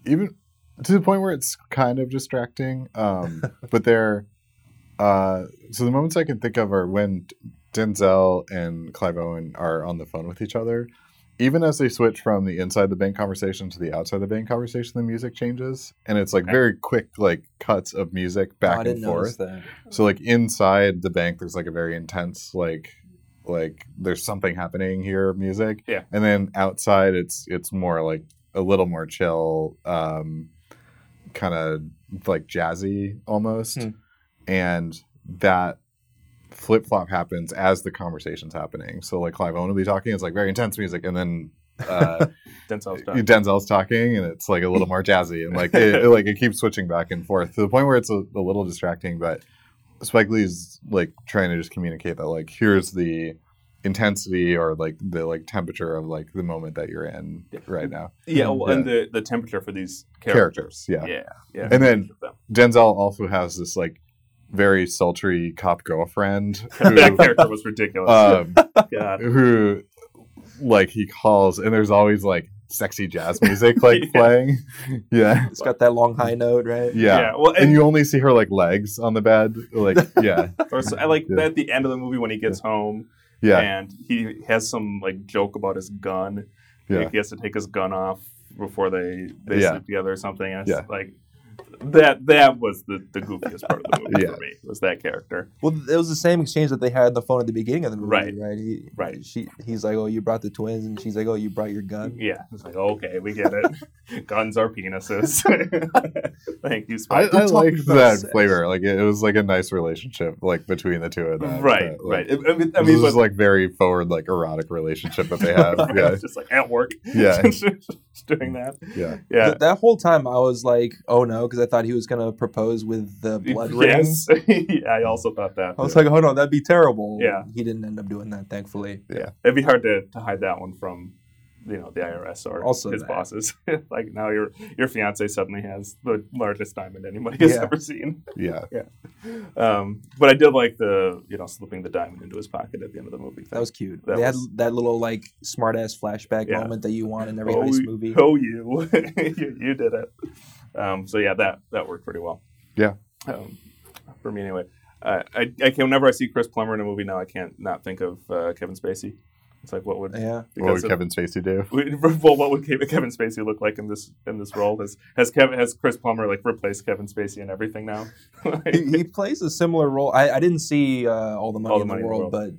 [SPEAKER 1] even to the point where it's kind of distracting.
[SPEAKER 3] *laughs*
[SPEAKER 1] Um, but they're uh, so the moments I can think of are when Denzel and Clive Owen are on the phone with each other. Even as they switch from the inside the bank conversation to the outside the bank conversation, the music changes, and it's like
[SPEAKER 2] Okay.
[SPEAKER 1] very quick, like cuts of music
[SPEAKER 3] Oh,
[SPEAKER 1] back
[SPEAKER 3] I
[SPEAKER 1] and
[SPEAKER 3] didn't
[SPEAKER 1] forth.
[SPEAKER 3] notice that.
[SPEAKER 1] So like inside the bank, there's like a very intense like like there's something happening here music.
[SPEAKER 2] Yeah.
[SPEAKER 1] And then outside, it's it's more like a little more chill, um, kind of like jazzy almost,
[SPEAKER 3] Hmm.
[SPEAKER 1] and that flip flop happens as the conversation's happening. So like Clive Owen will be talking, it's like very intense music, and then. Uh,
[SPEAKER 2] Denzel's done.
[SPEAKER 1] Denzel's talking, and it's like a little more jazzy, and like it, it, like it keeps switching back and forth to the point where it's a, a little distracting. But Spike Lee's like trying to just communicate that like here's the intensity or like the like temperature of like the moment that you're in right now.
[SPEAKER 2] Yeah, well, and the, the temperature for these
[SPEAKER 1] Characters,
[SPEAKER 2] characters.
[SPEAKER 1] yeah.
[SPEAKER 2] yeah, yeah.
[SPEAKER 1] And then- Denzel also has this like very sultry cop
[SPEAKER 2] *laughs*
[SPEAKER 1] girlfriend
[SPEAKER 2] *laughs* that
[SPEAKER 1] who
[SPEAKER 2] character was ridiculous.
[SPEAKER 1] um,
[SPEAKER 2] *laughs* God.
[SPEAKER 1] who like he calls, and there's always like sexy jazz music like
[SPEAKER 2] *laughs* Yeah.
[SPEAKER 1] playing. *laughs* Yeah.
[SPEAKER 3] It's got that long high note, right?
[SPEAKER 1] Yeah.
[SPEAKER 2] Well,
[SPEAKER 1] and
[SPEAKER 2] and,
[SPEAKER 1] you only see her like legs on the bed
[SPEAKER 2] *laughs*
[SPEAKER 1] like yeah
[SPEAKER 2] or so- I like
[SPEAKER 1] Yeah.
[SPEAKER 2] at the end of the movie when he gets home
[SPEAKER 1] yeah
[SPEAKER 2] and he has some like joke about his gun.
[SPEAKER 1] Yeah.
[SPEAKER 2] Like, he has to take his gun off before they they
[SPEAKER 1] Yeah.
[SPEAKER 2] sleep together or something. And it's
[SPEAKER 1] Yeah.
[SPEAKER 2] like that that was the, the goofiest part of the movie
[SPEAKER 1] Yeah.
[SPEAKER 2] for me was that character.
[SPEAKER 3] Well, it was the same exchange that they had on the phone at the beginning of the movie,
[SPEAKER 2] Right.
[SPEAKER 3] right? He,
[SPEAKER 2] Right.
[SPEAKER 3] She, he's like, "Oh, you brought the twins," and she's like, "Oh, you brought your gun."
[SPEAKER 2] Yeah, it's like okay, we get it.
[SPEAKER 3] *laughs*
[SPEAKER 2] Guns are penises. *laughs* Thank you,
[SPEAKER 1] i,
[SPEAKER 2] Spike.
[SPEAKER 1] I
[SPEAKER 3] talking
[SPEAKER 1] liked
[SPEAKER 3] about
[SPEAKER 1] that
[SPEAKER 3] sex.
[SPEAKER 1] flavor like it, it was like a nice relationship like between the two of them
[SPEAKER 2] right,
[SPEAKER 1] that,
[SPEAKER 2] right.
[SPEAKER 1] like,
[SPEAKER 2] I mean, I
[SPEAKER 1] this
[SPEAKER 2] mean
[SPEAKER 1] is
[SPEAKER 2] but,
[SPEAKER 1] like very forward like erotic relationship that they
[SPEAKER 2] *laughs*
[SPEAKER 1] have
[SPEAKER 2] I
[SPEAKER 1] yeah
[SPEAKER 2] was just like at work.
[SPEAKER 1] Yeah.
[SPEAKER 2] *laughs* Just doing that.
[SPEAKER 1] yeah
[SPEAKER 2] Yeah.
[SPEAKER 3] Th- that whole time, I was like, "Oh no," because I thought he was gonna propose with the blood
[SPEAKER 2] *laughs*
[SPEAKER 3] ring.
[SPEAKER 2] yes. *laughs* yeah, I also thought that.
[SPEAKER 3] I was like, "Oh no, that'd be terrible."
[SPEAKER 2] Yeah.
[SPEAKER 3] He didn't end up doing that, thankfully.
[SPEAKER 2] It'd be hard to, to hide that one from you know the IRS or
[SPEAKER 3] Also
[SPEAKER 2] his
[SPEAKER 3] that.
[SPEAKER 2] bosses. *laughs* like now your your fiance suddenly has the largest diamond anybody has
[SPEAKER 3] Yeah.
[SPEAKER 2] ever seen.
[SPEAKER 1] yeah
[SPEAKER 2] Um, but I did like the you know slipping the diamond into his pocket at the end of the movie.
[SPEAKER 3] That was cute.
[SPEAKER 2] That
[SPEAKER 3] they
[SPEAKER 2] was-
[SPEAKER 3] had that little like smart ass flashback
[SPEAKER 2] Yeah.
[SPEAKER 3] moment that you want in every
[SPEAKER 2] oh,
[SPEAKER 3] heist
[SPEAKER 2] you- *laughs*
[SPEAKER 3] movie.
[SPEAKER 2] Oh, you. you you did it. Um, so yeah, that that worked pretty well.
[SPEAKER 1] Yeah.
[SPEAKER 2] Um, for me anyway. Uh, I, I can whenever I see Chris Plummer in a movie now, I can't not think of uh, Kevin Spacey. It's like what would *laughs*
[SPEAKER 3] Yeah.
[SPEAKER 1] what would
[SPEAKER 2] of-
[SPEAKER 1] kevin spacey do
[SPEAKER 2] We- *laughs* well, what would Ke- Kevin Spacey look like in this in this role? Has has Kevin has Chris Plummer like replaced Kevin Spacey in everything now? *laughs*
[SPEAKER 3] He, he plays a similar role. I, I didn't see uh, all the money,
[SPEAKER 2] All the
[SPEAKER 3] in, the
[SPEAKER 2] Money in the
[SPEAKER 3] world, but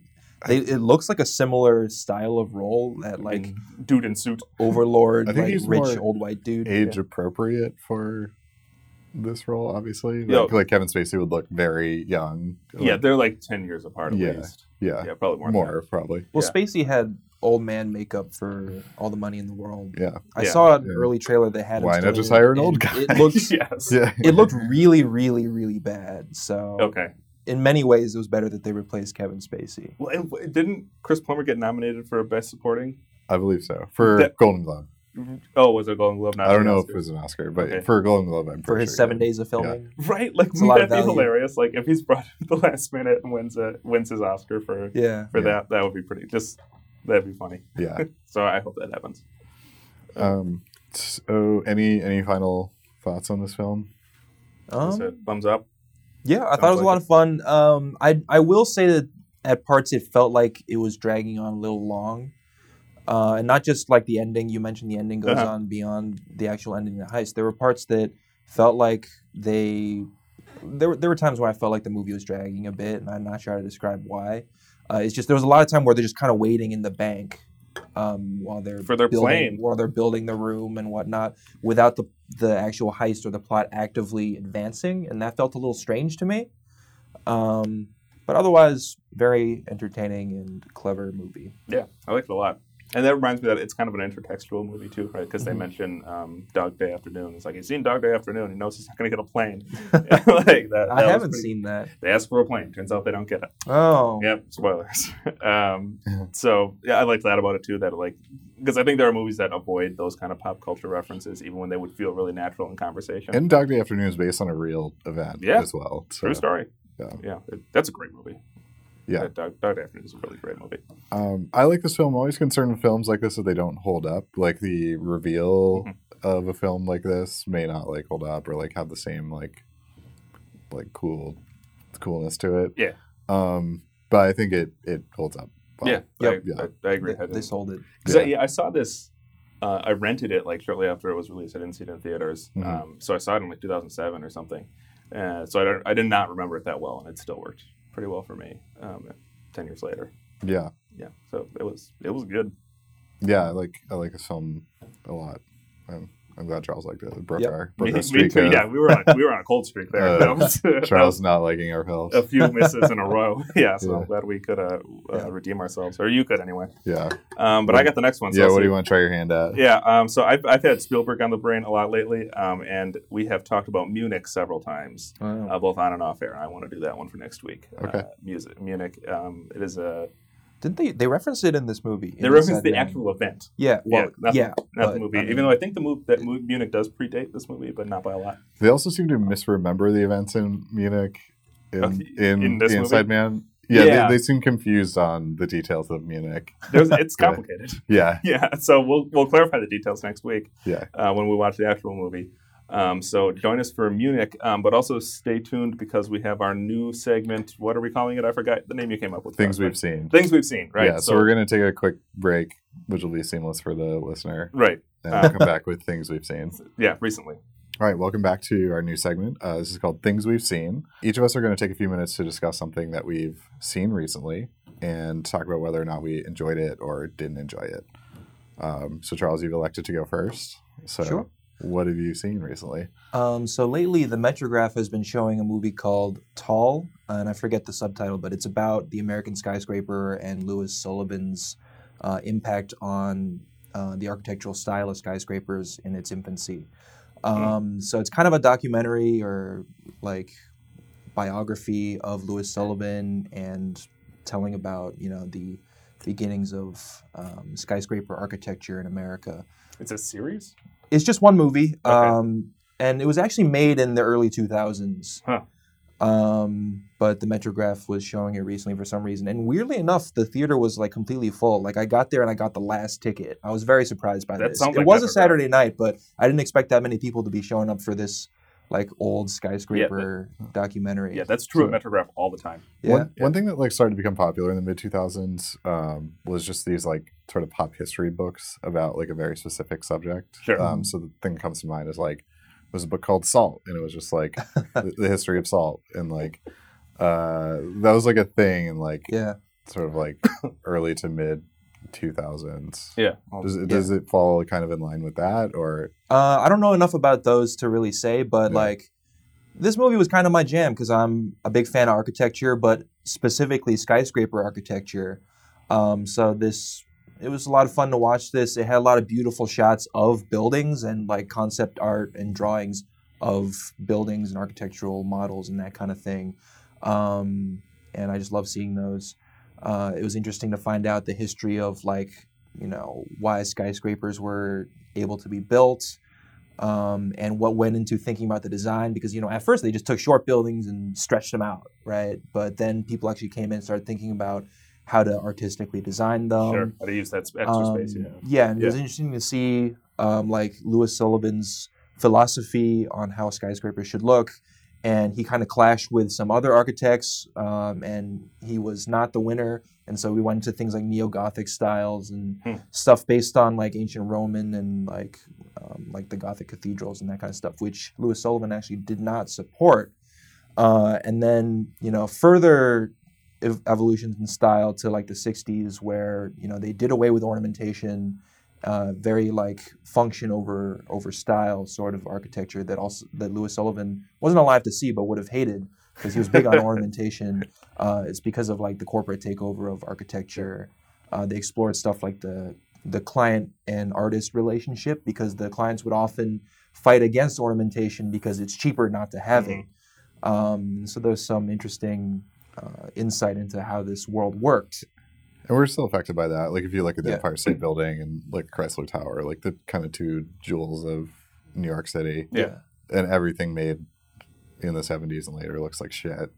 [SPEAKER 3] they, it looks like a similar style of role that like
[SPEAKER 2] And dude in suit.
[SPEAKER 3] overlord,
[SPEAKER 1] I think
[SPEAKER 3] like
[SPEAKER 1] he's
[SPEAKER 3] rich
[SPEAKER 1] more
[SPEAKER 3] old white dude.
[SPEAKER 1] age appropriate for this role obviously like,
[SPEAKER 2] Yeah.
[SPEAKER 1] like kevin spacey would look very young
[SPEAKER 2] Yeah,
[SPEAKER 1] Like,
[SPEAKER 2] they're like ten years apart at
[SPEAKER 1] Yeah.
[SPEAKER 2] least.
[SPEAKER 1] yeah,
[SPEAKER 2] Yeah, probably more.
[SPEAKER 1] more,
[SPEAKER 2] than
[SPEAKER 1] probably
[SPEAKER 3] Well,
[SPEAKER 2] yeah.
[SPEAKER 3] Spacey had old man makeup for all the money in the world.
[SPEAKER 1] yeah
[SPEAKER 3] I
[SPEAKER 2] Yeah.
[SPEAKER 3] saw an
[SPEAKER 1] Yeah.
[SPEAKER 3] early trailer that had. him
[SPEAKER 1] Why
[SPEAKER 3] still
[SPEAKER 1] not
[SPEAKER 3] in
[SPEAKER 1] just
[SPEAKER 3] it,
[SPEAKER 1] hire an old
[SPEAKER 3] and
[SPEAKER 1] guy?
[SPEAKER 3] It
[SPEAKER 1] *laughs*
[SPEAKER 2] that. *laughs*
[SPEAKER 3] looked,
[SPEAKER 2] yes.
[SPEAKER 1] yeah
[SPEAKER 3] it looked really, really, really bad. So
[SPEAKER 2] Okay.
[SPEAKER 3] in many ways, it was better that they replaced Kevin Spacey.
[SPEAKER 2] Well, and w- didn't Chris Plummer get nominated for best supporting?
[SPEAKER 1] i believe so for
[SPEAKER 2] That-
[SPEAKER 1] golden globe
[SPEAKER 3] Mm-hmm.
[SPEAKER 2] Oh, was it Golden Glove? Not
[SPEAKER 1] i don't know if
[SPEAKER 2] Oscar?
[SPEAKER 1] it was an oscar but
[SPEAKER 2] Okay.
[SPEAKER 1] for golden globe i'm
[SPEAKER 3] For
[SPEAKER 1] pretty
[SPEAKER 3] his
[SPEAKER 1] sure,
[SPEAKER 3] seven
[SPEAKER 1] yeah.
[SPEAKER 3] days of filming,
[SPEAKER 2] Right, like
[SPEAKER 3] It's a lot of
[SPEAKER 2] that'd be
[SPEAKER 3] value.
[SPEAKER 2] hilarious. Like if he's brought in at *laughs* the last minute and wins a wins his Oscar for
[SPEAKER 3] yeah.
[SPEAKER 2] for
[SPEAKER 1] Yeah.
[SPEAKER 2] that, that would be pretty. Just that'd be funny.
[SPEAKER 1] yeah
[SPEAKER 2] So I hope that happens.
[SPEAKER 1] Um, so any any final thoughts on this film?
[SPEAKER 3] Um,
[SPEAKER 2] so thumbs up.
[SPEAKER 3] Yeah, I thought it was
[SPEAKER 2] Sounds
[SPEAKER 3] a lot of fun. Um, I I will say that at parts it felt like it was dragging on a little long, uh, and not just like the ending. You mentioned the ending goes
[SPEAKER 2] Uh-huh.
[SPEAKER 3] on beyond the actual ending of the heist. There were parts that felt like they. There were, there were times where I felt like the movie was dragging a bit, and I'm not sure how to describe why. Uh, it's just there was a lot of time where they're just kind of waiting in the bank um, while they're
[SPEAKER 2] For their
[SPEAKER 3] building,
[SPEAKER 2] plane.
[SPEAKER 3] while they're building the room and whatnot, without the the actual heist or the plot actively advancing, and that felt a little strange to me. Um, but otherwise, very entertaining and clever movie.
[SPEAKER 2] Yeah, I liked it a lot. And that reminds me that it's kind of an intertextual movie too, right? Because
[SPEAKER 3] Mhm.
[SPEAKER 2] they mention um, Dog Day Afternoon. It's like he's seen Dog Day Afternoon. He knows he's not going to get a plane. *laughs* like that. that
[SPEAKER 3] I
[SPEAKER 2] was
[SPEAKER 3] haven't
[SPEAKER 2] pretty-
[SPEAKER 3] seen that.
[SPEAKER 2] They ask for a plane. Turns out they don't get it.
[SPEAKER 3] Oh,
[SPEAKER 2] Yep, spoilers. *laughs* um, so yeah, I liked that about it too. That like because I think there are movies that avoid those kind of pop culture references, even when they would feel really natural in conversation.
[SPEAKER 1] And Dog Day Afternoon is based on a real event
[SPEAKER 2] Yeah.
[SPEAKER 1] as well. So,
[SPEAKER 2] True story.
[SPEAKER 1] Yeah.
[SPEAKER 2] yeah it- that's a great movie.
[SPEAKER 1] Yeah.
[SPEAKER 2] That Dog, Dog Day Afternoon is a really great movie.
[SPEAKER 1] um, I like this film. I'm always concerned with films like this that they don't hold up. Like the reveal
[SPEAKER 2] Mhm.
[SPEAKER 1] of a film like this may not like hold up or like have the same like like cool coolness to it.
[SPEAKER 2] Yeah.
[SPEAKER 1] Um, but I think it it holds up. well.
[SPEAKER 2] yeah,
[SPEAKER 3] Yep.
[SPEAKER 2] I, I, I agree. I
[SPEAKER 3] They, they
[SPEAKER 2] think-
[SPEAKER 3] sold it.
[SPEAKER 2] Because I, yeah, I saw this. Uh, I rented it like shortly after it was released. I didn't see it in theaters,
[SPEAKER 1] Mhm.
[SPEAKER 2] um, so I saw it in like 2007 or something. Uh, so I don't, I did not remember it that well, and it still worked pretty well for me. Um, Ten years later,
[SPEAKER 1] Yeah.
[SPEAKER 2] yeah. So it was it was good.
[SPEAKER 1] Yeah, I like I like this film a lot. I'm, I'm glad Charles liked it. It broke
[SPEAKER 3] Yep.
[SPEAKER 1] our
[SPEAKER 2] Me,
[SPEAKER 1] broke our
[SPEAKER 2] me
[SPEAKER 1] streak.
[SPEAKER 2] too.
[SPEAKER 1] of
[SPEAKER 2] Yeah, we were on, we were on a cold streak there.
[SPEAKER 1] *laughs* Uh,
[SPEAKER 2] That was- *laughs* that
[SPEAKER 1] Charles not liking our films.
[SPEAKER 2] was a few misses in a row. *laughs* Yeah, so
[SPEAKER 1] Yeah.
[SPEAKER 2] I'm glad we could uh,
[SPEAKER 3] Yeah.
[SPEAKER 2] uh, redeem ourselves, or you could anyway.
[SPEAKER 1] Yeah.
[SPEAKER 2] Um, but I got the next one. So
[SPEAKER 1] yeah.
[SPEAKER 2] I'll
[SPEAKER 1] What do
[SPEAKER 2] see-
[SPEAKER 1] you want to try your hand at?
[SPEAKER 2] Yeah, um, so I've, I've had Spielberg on the brain a lot lately, um, and we have talked about Munich several times,
[SPEAKER 3] Wow.
[SPEAKER 2] uh, both on and off air. I want to do that one for next week.
[SPEAKER 1] Hmm. Okay.
[SPEAKER 2] Uh, music, Munich. Um, it is a.
[SPEAKER 3] Didn't they? They referenced it in this movie.
[SPEAKER 2] They
[SPEAKER 3] in
[SPEAKER 2] reference
[SPEAKER 3] Inside
[SPEAKER 2] the
[SPEAKER 3] Man.
[SPEAKER 2] actual event,
[SPEAKER 3] Yeah. Well.
[SPEAKER 2] that's-
[SPEAKER 3] Yeah.
[SPEAKER 2] not
[SPEAKER 3] But,
[SPEAKER 2] the movie.
[SPEAKER 3] I mean-
[SPEAKER 2] even though I think the move that mo- Munich does predate this movie, but not by
[SPEAKER 1] *laughs*
[SPEAKER 2] a lot.
[SPEAKER 1] They also seem to misremember the events in Munich in
[SPEAKER 2] Okay,
[SPEAKER 1] in,
[SPEAKER 2] Oh, in this
[SPEAKER 1] the Inside
[SPEAKER 2] movie?
[SPEAKER 1] Man. Yeah,
[SPEAKER 2] Yeah.
[SPEAKER 1] They, they seem confused on the details of Munich.
[SPEAKER 2] There's, it's
[SPEAKER 1] Yeah.
[SPEAKER 2] complicated. *laughs*
[SPEAKER 1] Yeah.
[SPEAKER 2] yeah, so we'll we'll clarify the details next week.
[SPEAKER 1] Yeah.
[SPEAKER 2] uh, when we watch the actual movie. Um, so join us for Munich, um, but also stay tuned because we have our new segment. What are we calling it? I forgot the name you came up with.
[SPEAKER 1] Things
[SPEAKER 2] Josh, right?
[SPEAKER 1] we've seen.
[SPEAKER 2] things we've seen, right?
[SPEAKER 1] Yeah. So, we're gonna take a quick break, which will be seamless for the listener,
[SPEAKER 2] right,
[SPEAKER 1] and
[SPEAKER 2] Uh.
[SPEAKER 1] we'll come back with things we've seen.
[SPEAKER 2] yeah, recently.
[SPEAKER 1] All right, welcome back to our new segment. Uh, this is called Things We've Seen. Each of us are going to take a few minutes to discuss something that we've seen recently and talk about whether or not we enjoyed it or didn't enjoy it. Um, so, Charles, you've elected to go first. So,
[SPEAKER 3] Sure.
[SPEAKER 1] what have you seen recently?
[SPEAKER 3] Um, so lately, the Metrograph has been showing a movie called Tall, and I forget the subtitle, but it's about the American skyscraper and Louis Sullivan's uh, impact on uh, the architectural style of skyscrapers in its infancy. Um, so it's kind of a documentary or like biography of Louis Sullivan and telling about you know the beginnings of um, skyscraper architecture in America
[SPEAKER 2] It's a series.
[SPEAKER 3] it's just one movie
[SPEAKER 2] Okay.
[SPEAKER 3] um, and it was actually made in the early 2000s
[SPEAKER 2] Huh.
[SPEAKER 3] um, but the metrograph was showing it recently for some reason and weirdly enough the theater was like completely full like i got there and i got the last ticket i was very surprised by
[SPEAKER 2] That
[SPEAKER 3] this
[SPEAKER 2] sounds
[SPEAKER 3] it
[SPEAKER 2] like
[SPEAKER 3] was a
[SPEAKER 2] Metrograph.
[SPEAKER 3] saturday night but i didn't expect that many people to be showing up for this like old skyscraper documentary
[SPEAKER 2] Yeah, that's true
[SPEAKER 1] So-
[SPEAKER 2] of Metrograph all the time.
[SPEAKER 3] Yeah.
[SPEAKER 1] One, one thing that like started to become popular in the mid 2000s um, was just these like sort of pop history books about like a very specific subject.
[SPEAKER 2] Sure.
[SPEAKER 1] Um, so the thing that comes to mind is like it was a book called Salt, and it was just
[SPEAKER 3] *laughs*
[SPEAKER 1] like the, the history of salt, and like uh, that was like a thing in like
[SPEAKER 3] yeah
[SPEAKER 1] sort of like *coughs* early to mid two thousands.
[SPEAKER 2] Yeah,
[SPEAKER 1] Does it, does it fall kind of in line with that, or
[SPEAKER 3] Uh, I don't know enough about those to really say, but
[SPEAKER 1] Yeah.
[SPEAKER 3] like this movie was kind of my jam because I'm a big fan of architecture, but specifically skyscraper architecture. Um, so this it was a lot of fun to watch this. It had a lot of beautiful shots of buildings and like concept art and drawings of buildings and architectural models and that kind of thing. Um, and I just love seeing those. Uh, it was interesting to find out the history of like you know why skyscrapers were able to be built um, and what went into thinking about the design because you know at first they just took short buildings and stretched them out right but then people actually came in and started thinking about how to artistically design them
[SPEAKER 2] sure. How to use that extra space?
[SPEAKER 3] um,
[SPEAKER 2] Yeah.
[SPEAKER 3] yeah, and it was interesting to see um, like Lewis Sullivan's philosophy on how skyscrapers should look, and he kind of clashed with some other architects, um, and he was not the winner. And so we went into things like neo Gothic styles and
[SPEAKER 2] Hmm.
[SPEAKER 3] stuff based on like ancient Roman and like um, like the Gothic cathedrals and that kind of stuff, which Lewis Sullivan actually did not support. Uh, and then you know further ev- evolutions in style to like the 60s where you know they did away with ornamentation uh, very like function over over style sort of architecture that also that Lewis Sullivan wasn't alive to see but would have hated because he was big on ornamentation. Uh, it's because of like the corporate takeover of architecture. Uh, they explored stuff like the the client and artist relationship because the clients would often fight against ornamentation because it's cheaper not to have it. Um, so there's some interesting uh, insight into how this world worked.
[SPEAKER 1] And we're still affected by that. Like if you look at the
[SPEAKER 3] Yeah.
[SPEAKER 1] Empire State Building and like Chrysler Tower, like the kind of two jewels of New York City,
[SPEAKER 2] Yeah.
[SPEAKER 1] and everything made in the '70s and later looks like shit.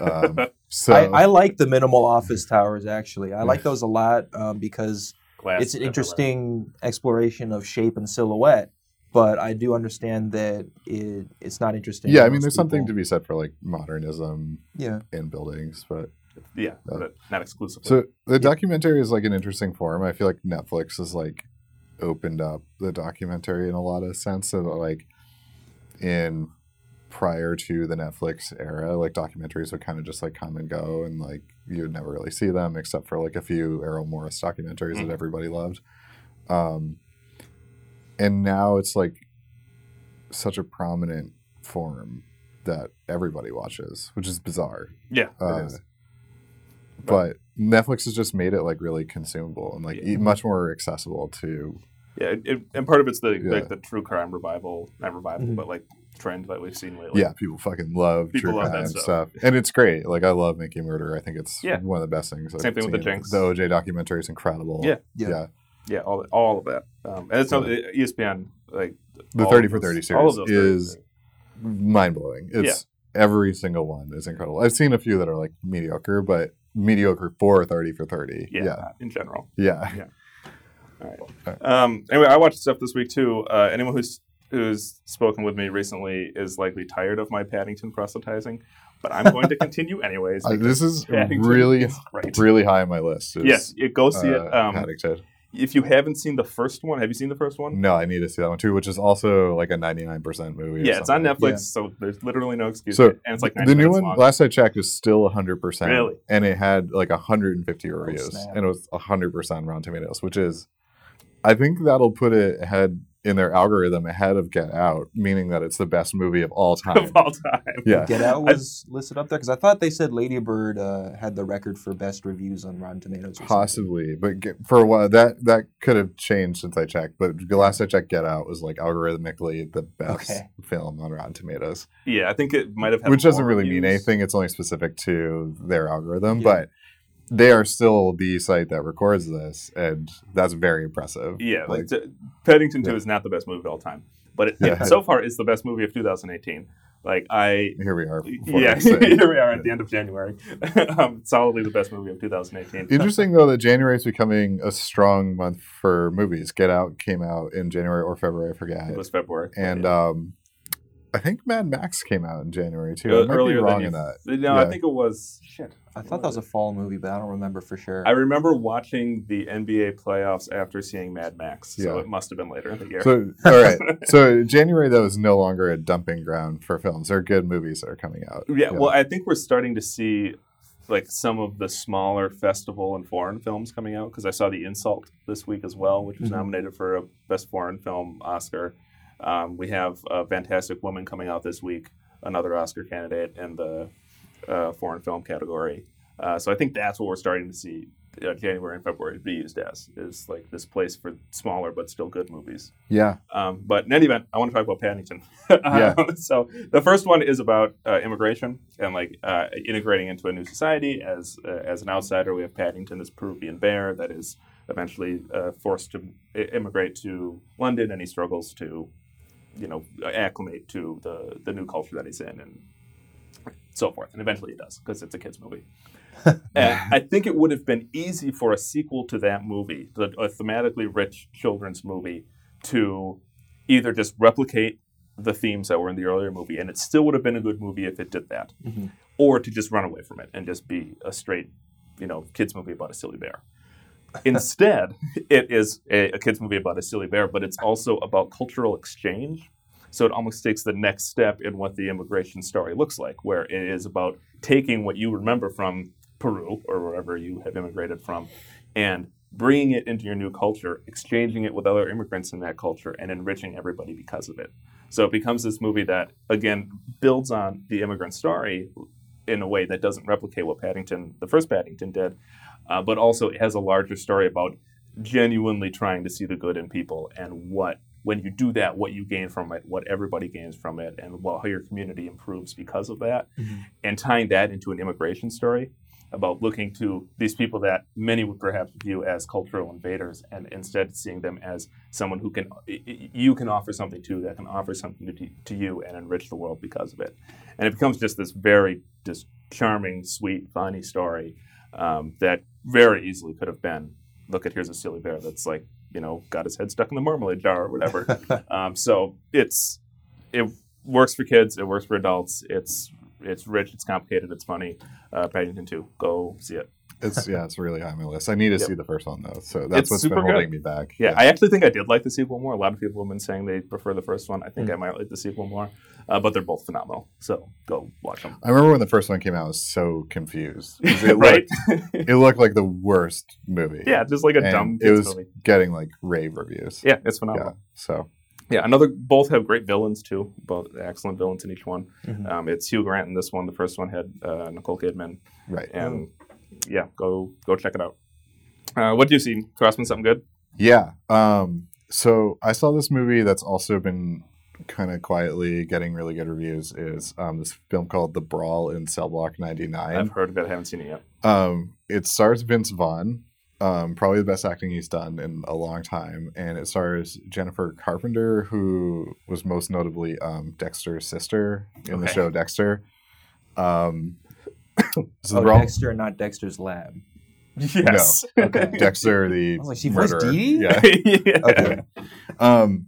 [SPEAKER 1] Um,
[SPEAKER 3] *laughs*
[SPEAKER 1] so
[SPEAKER 3] I, I like the minimal office towers actually. I like those a lot um, because
[SPEAKER 2] Glass
[SPEAKER 3] it's an
[SPEAKER 2] everywhere.
[SPEAKER 3] interesting exploration of shape and silhouette. But I do understand that it, it's not interesting.
[SPEAKER 1] yeah,
[SPEAKER 3] to
[SPEAKER 1] I mean,
[SPEAKER 3] most
[SPEAKER 1] there's something to
[SPEAKER 3] people.
[SPEAKER 1] be said for like modernism
[SPEAKER 3] yeah.
[SPEAKER 1] in buildings, but
[SPEAKER 2] Yeah,
[SPEAKER 3] Uh,
[SPEAKER 2] but not exclusively.
[SPEAKER 1] So the documentary is like an interesting form. I feel like Netflix has like opened up the documentary in a lot of sense. So like in prior to the Netflix era, like documentaries would kind of just like come and go, and like you would never really see them except for like a few Errol Morris documentaries that everybody loved. Um, and now it's like such a prominent form that everybody watches, which is bizarre
[SPEAKER 2] yeah,
[SPEAKER 1] uh,
[SPEAKER 2] it is.
[SPEAKER 1] but Netflix has just made it like really consumable and like
[SPEAKER 2] Yeah.
[SPEAKER 1] e- much more accessible to.
[SPEAKER 2] yeah, it, it- and part of it's the
[SPEAKER 1] Yeah. Mm-hmm.
[SPEAKER 2] like the true crime revival, not revival,
[SPEAKER 3] Mhm.
[SPEAKER 2] but like trend that we've seen lately.
[SPEAKER 1] yeah, people fucking love
[SPEAKER 2] People
[SPEAKER 1] true
[SPEAKER 2] love that
[SPEAKER 1] crime
[SPEAKER 2] stuff.
[SPEAKER 1] stuff. and it's great. Like I love Making Murder. I think it's
[SPEAKER 2] Yeah.
[SPEAKER 1] one of the best things. I've
[SPEAKER 2] Same thing with the
[SPEAKER 1] seen.
[SPEAKER 2] Jinx.
[SPEAKER 1] The OJ documentary is incredible.
[SPEAKER 2] Yeah.
[SPEAKER 1] yeah.
[SPEAKER 3] Yeah.
[SPEAKER 2] yeah, all all of that. Um, and it's not ESPN like
[SPEAKER 1] The
[SPEAKER 2] all
[SPEAKER 1] thirty
[SPEAKER 2] of
[SPEAKER 1] for
[SPEAKER 2] those-
[SPEAKER 1] thirty
[SPEAKER 2] all of
[SPEAKER 1] series
[SPEAKER 2] those 30
[SPEAKER 1] is
[SPEAKER 2] things.
[SPEAKER 1] mind blowing. It's every single one is incredible. I've seen a few that are like mediocre, but mediocre for thirty for thirty.
[SPEAKER 2] yeah,
[SPEAKER 1] yeah,
[SPEAKER 2] in general.
[SPEAKER 1] yeah.
[SPEAKER 2] Um, anyway, I watched stuff this week too. Uh, anyone who's who's spoken with me recently is likely tired of my Paddington proselytizing, but I'm
[SPEAKER 1] *laughs*
[SPEAKER 2] going to continue anyways.
[SPEAKER 1] Uh, this is
[SPEAKER 2] Paddington
[SPEAKER 1] really,
[SPEAKER 2] is great.
[SPEAKER 1] really high on my list. is,
[SPEAKER 2] Yes, you go see it.
[SPEAKER 1] uh,
[SPEAKER 2] Um,
[SPEAKER 1] Paddington.
[SPEAKER 2] if you haven't seen the first one, have you seen the first one?
[SPEAKER 1] No, I need to see that one too, which is also like a 99% movie. or
[SPEAKER 2] Yeah, it's on
[SPEAKER 1] something.
[SPEAKER 2] Netflix, so there's literally no excuse.
[SPEAKER 1] So,
[SPEAKER 2] and it's like 90
[SPEAKER 1] The new
[SPEAKER 2] minutes
[SPEAKER 1] one,
[SPEAKER 2] long.
[SPEAKER 1] last I checked, is still 100%.
[SPEAKER 2] Really?
[SPEAKER 1] And it had like 150 reviews,
[SPEAKER 3] Oh, snap.
[SPEAKER 1] and it was 100% Rotten Tomatoes, which is, I think that'll put it ahead in their algorithm ahead of Get Out, meaning that it's the best movie of all time.
[SPEAKER 2] *laughs* of all time.
[SPEAKER 1] yeah.
[SPEAKER 3] Get Out was listed up there because I thought they said Lady Bird uh, had the record for best reviews on Rotten Tomatoes. or something.
[SPEAKER 1] Possibly, but get, for a while that that could have changed since I checked. But the last I checked, Get Out was like algorithmically the best
[SPEAKER 3] Okay.
[SPEAKER 1] film on Rotten Tomatoes.
[SPEAKER 2] Yeah, I think it might have had
[SPEAKER 1] which doesn't
[SPEAKER 2] more
[SPEAKER 1] really mean
[SPEAKER 2] reviews.
[SPEAKER 1] anything. It's only specific to their algorithm,
[SPEAKER 3] Yeah.
[SPEAKER 1] but they are still the site that records this, and that's very impressive.
[SPEAKER 2] Yeah, like,
[SPEAKER 1] like,
[SPEAKER 2] t- Paddington 2
[SPEAKER 1] Yeah.
[SPEAKER 2] is not the best movie of all time,
[SPEAKER 1] *laughs*
[SPEAKER 2] but it,
[SPEAKER 1] Yeah.
[SPEAKER 2] so far it's the best movie of 2018. Like I
[SPEAKER 1] here we are. four
[SPEAKER 2] yeah, *laughs*
[SPEAKER 1] weeks in.
[SPEAKER 2] here we are at the end of January. *laughs* um, solidly the best movie of 2018.
[SPEAKER 1] Interesting though that January is becoming a strong month for movies. Get Out came out in January or February, I forget.
[SPEAKER 2] It was February.
[SPEAKER 1] and
[SPEAKER 2] Yeah.
[SPEAKER 1] um, I think Mad Max came out in January too.
[SPEAKER 2] Uh,
[SPEAKER 1] I might
[SPEAKER 2] earlier
[SPEAKER 1] be
[SPEAKER 2] than
[SPEAKER 1] wrong
[SPEAKER 2] you-
[SPEAKER 1] in that.
[SPEAKER 2] no, I
[SPEAKER 1] yeah.
[SPEAKER 2] think it was shit.
[SPEAKER 3] I thought that was a fall movie, but I don't remember for sure.
[SPEAKER 2] I remember watching the NBA playoffs after seeing Mad Max, so
[SPEAKER 1] Yeah.
[SPEAKER 2] it must have been later in the year.
[SPEAKER 1] So all
[SPEAKER 2] *laughs*
[SPEAKER 1] right, so January though is no longer a dumping ground for films. There are good movies that are coming out.
[SPEAKER 2] yeah, well, I think we're starting to see like some of the smaller festival and foreign films coming out because I saw The Insult this week as well, which was
[SPEAKER 1] Mm-hmm.
[SPEAKER 3] Mhm.
[SPEAKER 2] nominated for a Best Foreign Film Oscar. Um, we have a Fantastic Woman coming out this week, another Oscar candidate in the uh, foreign film category. Uh, so I think that's what we're starting to see uh, January and February be used as is like this place for smaller but still good movies.
[SPEAKER 1] yeah.
[SPEAKER 3] Oh,
[SPEAKER 2] Um, but in any event, I want to talk about Paddington. *laughs*
[SPEAKER 1] Yeah.
[SPEAKER 2] Um, so the first one is about uh, immigration and like uh, integrating into a new society. As uh, as an outsider, we have Paddington, this Peruvian bear that is eventually uh, forced to i- immigrate to London, and he struggles to, you know, acclimate to the the new culture that he's in, and so forth. And eventually, he does because it's a kids' movie. And I think it would have been easy for a sequel to that movie, the, a thematically rich children's movie, to either just replicate the themes that were in the earlier movie, and it still would have been a good movie if it did that,
[SPEAKER 3] Mhm.
[SPEAKER 2] or to just run away from it and just be a straight, you know, kids movie about a silly bear. Instead, it is a, a kids movie about a silly bear, but it's also about cultural exchange. So it almost takes the next step in what the immigration story looks like, where it is about taking what you remember from Peru or wherever you have immigrated from and bringing it into your new culture, exchanging it with other immigrants in that culture, and enriching everybody because of it. So it becomes this movie that again builds on the immigrant story in a way that doesn't replicate what Paddington, the first Paddington, did, uh, but also it has a larger story about genuinely trying to see the good in people and what when you do that, what you gain from it, what everybody gains from it, and what, how your community improves because of that,
[SPEAKER 3] Mhm.
[SPEAKER 2] and tying that into an immigration story about looking to these people that many would perhaps view as cultural invaders and instead seeing them as someone who can y- y- you can offer something to that can offer something to, to you and enrich the world because of it and it becomes just this very just charming sweet funny story um, that very easily could have been look at here's a silly bear that's like you know got his head stuck in the marmalade jar or whatever um, so it's it works for kids it works for adults it's it's rich it's complicated it's funny uh, paddington 2 go see it
[SPEAKER 1] It's yeah, it's really high on my list. I need to
[SPEAKER 2] Yep.
[SPEAKER 1] see the first one though, so that's
[SPEAKER 2] It's
[SPEAKER 1] what's been
[SPEAKER 2] super good.
[SPEAKER 1] holding me back.
[SPEAKER 2] Yeah, I actually think I did like the sequel more. A lot of people have been saying they prefer the first one. I
[SPEAKER 1] Hmm.
[SPEAKER 2] think I might like the sequel more, uh, but they're both phenomenal. So go watch them.
[SPEAKER 1] I remember when the first one came out, I was so
[SPEAKER 2] *laughs*
[SPEAKER 1] confused. 'Cause It
[SPEAKER 2] right?
[SPEAKER 1] Looked, it looked like the worst movie.
[SPEAKER 2] yeah, just like a
[SPEAKER 1] And
[SPEAKER 2] dumb.
[SPEAKER 1] it
[SPEAKER 2] kids
[SPEAKER 1] was-
[SPEAKER 2] movie.
[SPEAKER 1] Getting like rave reviews.
[SPEAKER 2] Yeah, it's
[SPEAKER 1] Yeah.
[SPEAKER 2] phenomenal.
[SPEAKER 1] So
[SPEAKER 2] Yeah. another. Both have great villains too. Both excellent villains in each one.
[SPEAKER 1] Mm-hmm.
[SPEAKER 3] Mhm.
[SPEAKER 2] Um, it's Hugh Grant in this one. The first one had uh, Nicole Kidman,
[SPEAKER 1] right.
[SPEAKER 2] and yeah, go go check it out. Uh, what do you see? Crossman, something good?
[SPEAKER 1] Yeah. Um, so I saw this movie that's also been kind of quietly getting really good reviews. Is um, this film called The Brawl in Cell Block Ninety
[SPEAKER 2] I've
[SPEAKER 1] Nine?
[SPEAKER 2] heard of it. I haven't seen it yet.
[SPEAKER 1] Um, it stars Vince Vaughn, um, probably the best acting he's done in a long time, and it stars Jennifer Carpenter, who was most notably um, Dexter's sister in the
[SPEAKER 2] Okay.
[SPEAKER 1] show Dexter. Um, *coughs* so
[SPEAKER 3] Oh,
[SPEAKER 1] The Brawl-
[SPEAKER 3] Dexter and not Dexter's Lab.
[SPEAKER 2] Yes. *laughs*
[SPEAKER 3] Okay.
[SPEAKER 1] Dexter, the
[SPEAKER 3] I *laughs* was like, Oh, she voiced
[SPEAKER 1] murderer.
[SPEAKER 3] Dee?
[SPEAKER 1] Yeah.
[SPEAKER 2] Yeah.
[SPEAKER 1] okay. *laughs* Um,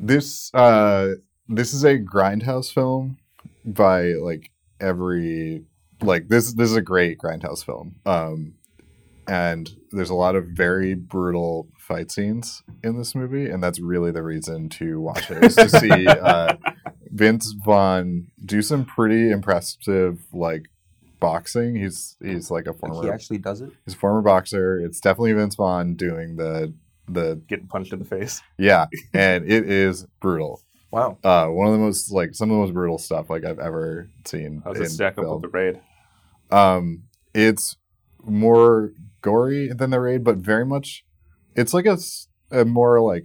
[SPEAKER 1] this uh, this is a grindhouse film by like every like this this is a great grindhouse film. Um, and there's a lot of very brutal fight scenes in this movie, and that's really the reason to watch it is to see uh, Vince Vaughn do some pretty impressive like boxing. He's he's like a
[SPEAKER 3] Like, he
[SPEAKER 1] former
[SPEAKER 3] actually does it.
[SPEAKER 1] he's a former boxer. It's definitely Vince Vaughn doing the the
[SPEAKER 2] Getting punched in the face.
[SPEAKER 1] yeah, and it is brutal.
[SPEAKER 3] Wow.
[SPEAKER 1] Uh, one of the most like some of the most brutal stuff like I've ever seen.
[SPEAKER 2] How's
[SPEAKER 1] in
[SPEAKER 2] it stack up
[SPEAKER 1] film.
[SPEAKER 2] with the raid?
[SPEAKER 1] Um, it's more gory than the raid, but very much. It's like a, s- a more like.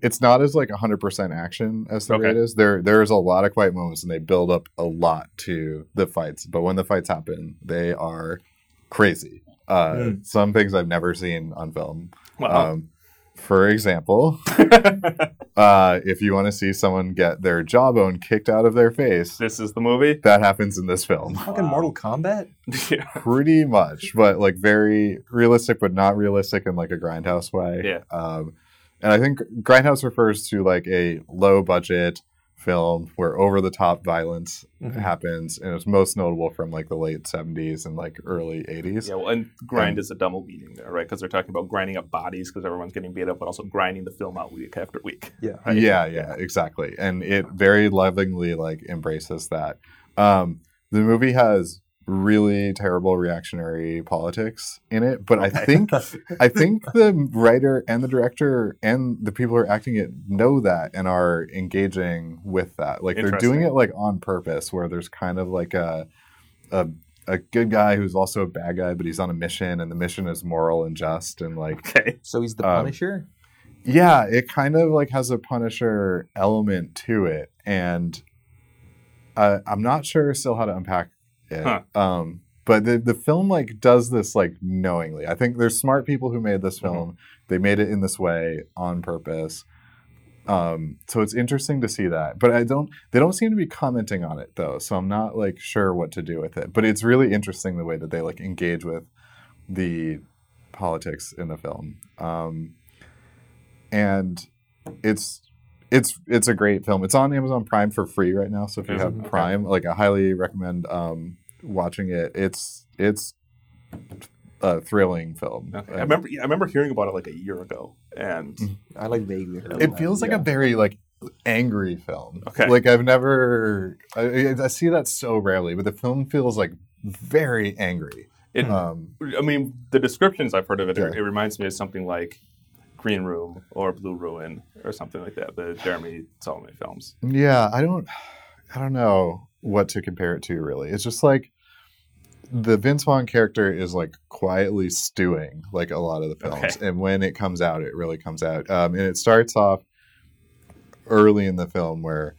[SPEAKER 1] It's not as like 100% action as the
[SPEAKER 2] Okay.
[SPEAKER 1] raid is. There, there's a lot of quiet moments, and they build up a lot to the fights. But when the fights happen, they are crazy. Uh,
[SPEAKER 2] Hmm.
[SPEAKER 3] Mm.
[SPEAKER 1] Some things I've never seen on film.
[SPEAKER 2] Wow.
[SPEAKER 1] Um, for
[SPEAKER 2] *laughs*
[SPEAKER 1] example, uh, if you want to see someone get their jawbone kicked out of their face,
[SPEAKER 2] this is the movie. *laughs*
[SPEAKER 1] that happens in this film.
[SPEAKER 3] Fucking
[SPEAKER 2] Wow.
[SPEAKER 3] Mortal Kombat?
[SPEAKER 1] *laughs*
[SPEAKER 2] yeah.
[SPEAKER 1] Pretty much, but like very realistic, but not realistic in like a grindhouse way.
[SPEAKER 2] Yeah.
[SPEAKER 1] Um, and I think grindhouse refers to like a low budget film where over the top violence happens, and it's most notable from like the late '70s and like early '80s.
[SPEAKER 2] Yeah, well, and grind is a double meaning there, right? Because they're talking about grinding up bodies because everyone's getting beat up, but also grinding the film out week after week. *laughs*
[SPEAKER 3] Yeah.
[SPEAKER 2] right?
[SPEAKER 1] Yeah, yeah, exactly. And it very lovingly like embraces that. Um, the movie has really terrible reactionary politics in it, but I
[SPEAKER 2] Okay.
[SPEAKER 1] think
[SPEAKER 2] *laughs*
[SPEAKER 1] I think the writer and the director and the people who are acting it know that and are engaging with that. Like they're doing
[SPEAKER 2] Interesting.
[SPEAKER 1] it like on purpose, where there's kind of like a a a good guy who's also a bad guy, but he's on a mission, and the mission is moral and just, and like
[SPEAKER 2] Okay.
[SPEAKER 3] *laughs* So he's the
[SPEAKER 1] Um,
[SPEAKER 3] Punisher?
[SPEAKER 1] yeah it kind of like has a punisher element to it and uh, i'm not sure still how to unpack it
[SPEAKER 2] Huh.
[SPEAKER 1] um but the, the film like does this like knowingly i think there's smart people who made this
[SPEAKER 2] Mm-hmm.
[SPEAKER 1] film they made it in this way on purpose um so it's interesting to see that but i don't they don't seem to be commenting on it though so i'm not like sure what to do with it but it's really interesting the way that they like engage with the politics in the film um and it's it's it's a great film it's on amazon prime for free right now so if you
[SPEAKER 2] Is it?
[SPEAKER 1] have
[SPEAKER 2] Okay.
[SPEAKER 1] prime like i highly recommend um watching it it's it's a thrilling film
[SPEAKER 2] okay.
[SPEAKER 1] And- Mm-hmm.
[SPEAKER 2] I remember yeah, I remember hearing about it like a year ago. And
[SPEAKER 3] I like vaguely heard of
[SPEAKER 1] it
[SPEAKER 3] that.
[SPEAKER 1] feels like
[SPEAKER 3] Yeah.
[SPEAKER 1] a very like angry film.
[SPEAKER 2] Okay.
[SPEAKER 1] Like I've never I, I- I see that so rarely, but the film feels like very angry.
[SPEAKER 2] it,
[SPEAKER 1] Um,
[SPEAKER 2] I mean, the descriptions I've heard of it,
[SPEAKER 1] Yeah.
[SPEAKER 2] it reminds me of something like Green Room or Blue Ruin or something like that. The Jeremy Solomon films.
[SPEAKER 1] Yeah, I don't I don't know what to compare it to really. It's just like the Vince Vaughn character is like quietly stewing like a lot of the films.
[SPEAKER 2] Okay.
[SPEAKER 1] And when it comes out, it really comes out. Um, and it starts off early in the film where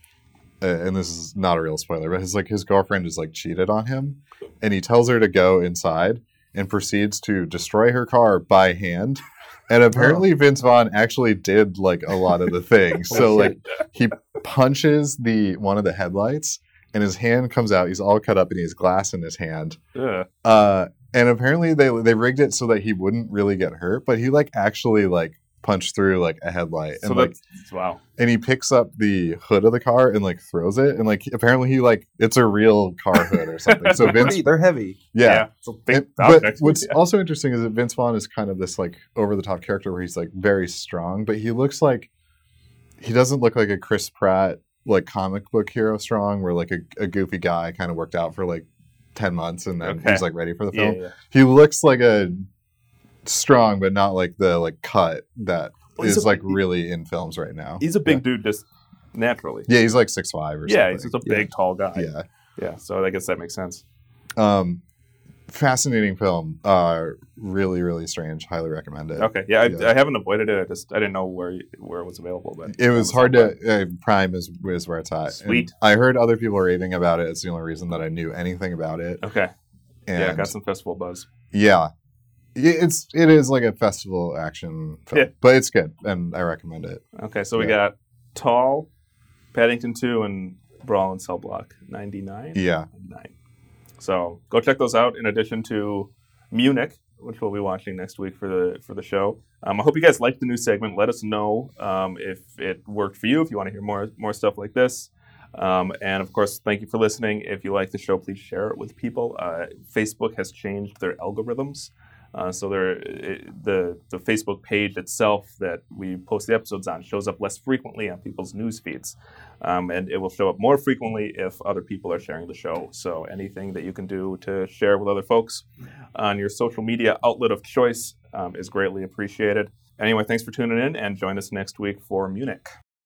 [SPEAKER 1] uh, and this is not a real spoiler, but his like his girlfriend is like cheated on him and he tells her to go inside and proceeds to destroy her car by hand. And apparently Vince Vaughn actually did like a lot of the things.
[SPEAKER 2] Oh,
[SPEAKER 1] so like he punches the one of the headlights and his hand comes out. He's all cut up and he has glass in his hand.
[SPEAKER 2] Ugh.
[SPEAKER 1] Uh, and apparently they they rigged it so that he wouldn't really get hurt, but he like actually like punched through like a headlight and
[SPEAKER 2] So
[SPEAKER 1] like
[SPEAKER 2] that's wow.
[SPEAKER 1] and he picks up the hood of the car and like throws it and like apparently he like it's a real car hood or something.
[SPEAKER 2] *laughs*
[SPEAKER 1] So Vince
[SPEAKER 3] Hey, they're heavy.
[SPEAKER 1] yeah.
[SPEAKER 2] It's a big
[SPEAKER 1] And- but
[SPEAKER 2] *laughs* object.
[SPEAKER 1] what's
[SPEAKER 2] Yeah.
[SPEAKER 1] also interesting is that Vince Vaughn is kind of this like over the top character where he's like very strong, but he looks like he doesn't look like a Chris Pratt like comic book hero strong, where like a, a goofy guy kind of worked out for like ten months and then
[SPEAKER 2] Okay.
[SPEAKER 1] he's like ready for the
[SPEAKER 2] yeah,
[SPEAKER 1] film.
[SPEAKER 2] yeah.
[SPEAKER 1] He looks like a strong, but not like the like cut that is
[SPEAKER 2] Well, he's a-
[SPEAKER 1] like really in films right now.
[SPEAKER 2] He's a big dude just naturally.
[SPEAKER 1] yeah, he's like six five or
[SPEAKER 2] Yeah, he's
[SPEAKER 1] something.
[SPEAKER 2] just a
[SPEAKER 3] Yeah.
[SPEAKER 2] big, tall guy.
[SPEAKER 1] yeah.
[SPEAKER 2] Yeah, so I guess that makes sense.
[SPEAKER 1] Um, fascinating film. Uh, really, really strange. Highly recommend it.
[SPEAKER 2] Okay, yeah, I,
[SPEAKER 1] Yeah.
[SPEAKER 2] I haven't avoided it. I just I didn't know where where it was available, but
[SPEAKER 1] It was
[SPEAKER 2] Amazon
[SPEAKER 1] hard
[SPEAKER 2] Prime.
[SPEAKER 1] to uh, Prime is is where it's at. And
[SPEAKER 2] Sweet.
[SPEAKER 1] I heard other people raving about it. It's the only reason that I knew anything about it.
[SPEAKER 2] Okay,
[SPEAKER 1] And
[SPEAKER 2] yeah, I
[SPEAKER 1] yeah,
[SPEAKER 2] got some festival buzz.
[SPEAKER 1] It- it's it is like a festival action film,
[SPEAKER 2] Yeah.
[SPEAKER 1] but it's good and I recommend it.
[SPEAKER 2] Okay, so we
[SPEAKER 1] Yeah.
[SPEAKER 2] got Tall, Paddington Two, and Brawl and Cell Block ninety nine.
[SPEAKER 1] Yeah,
[SPEAKER 2] nine. So go check those out. In addition to Munich, which we'll be watching next week for the for the show. Um, I hope you guys liked the new segment. Let us know um, if it worked for you. If you want to hear more more stuff like this. Um, and of course, thank you for listening. If you like the show, please share it with people. Uh, Facebook has changed their algorithms, uh, so there it, the the Facebook page itself that we post the episodes on shows up less frequently on people's news feeds um, and it will show up more frequently if other people are sharing the show. So anything that you can do to share with other folks on your social media outlet of choice um, is greatly appreciated. Anyway, thanks for tuning in, and join us next week for Munich.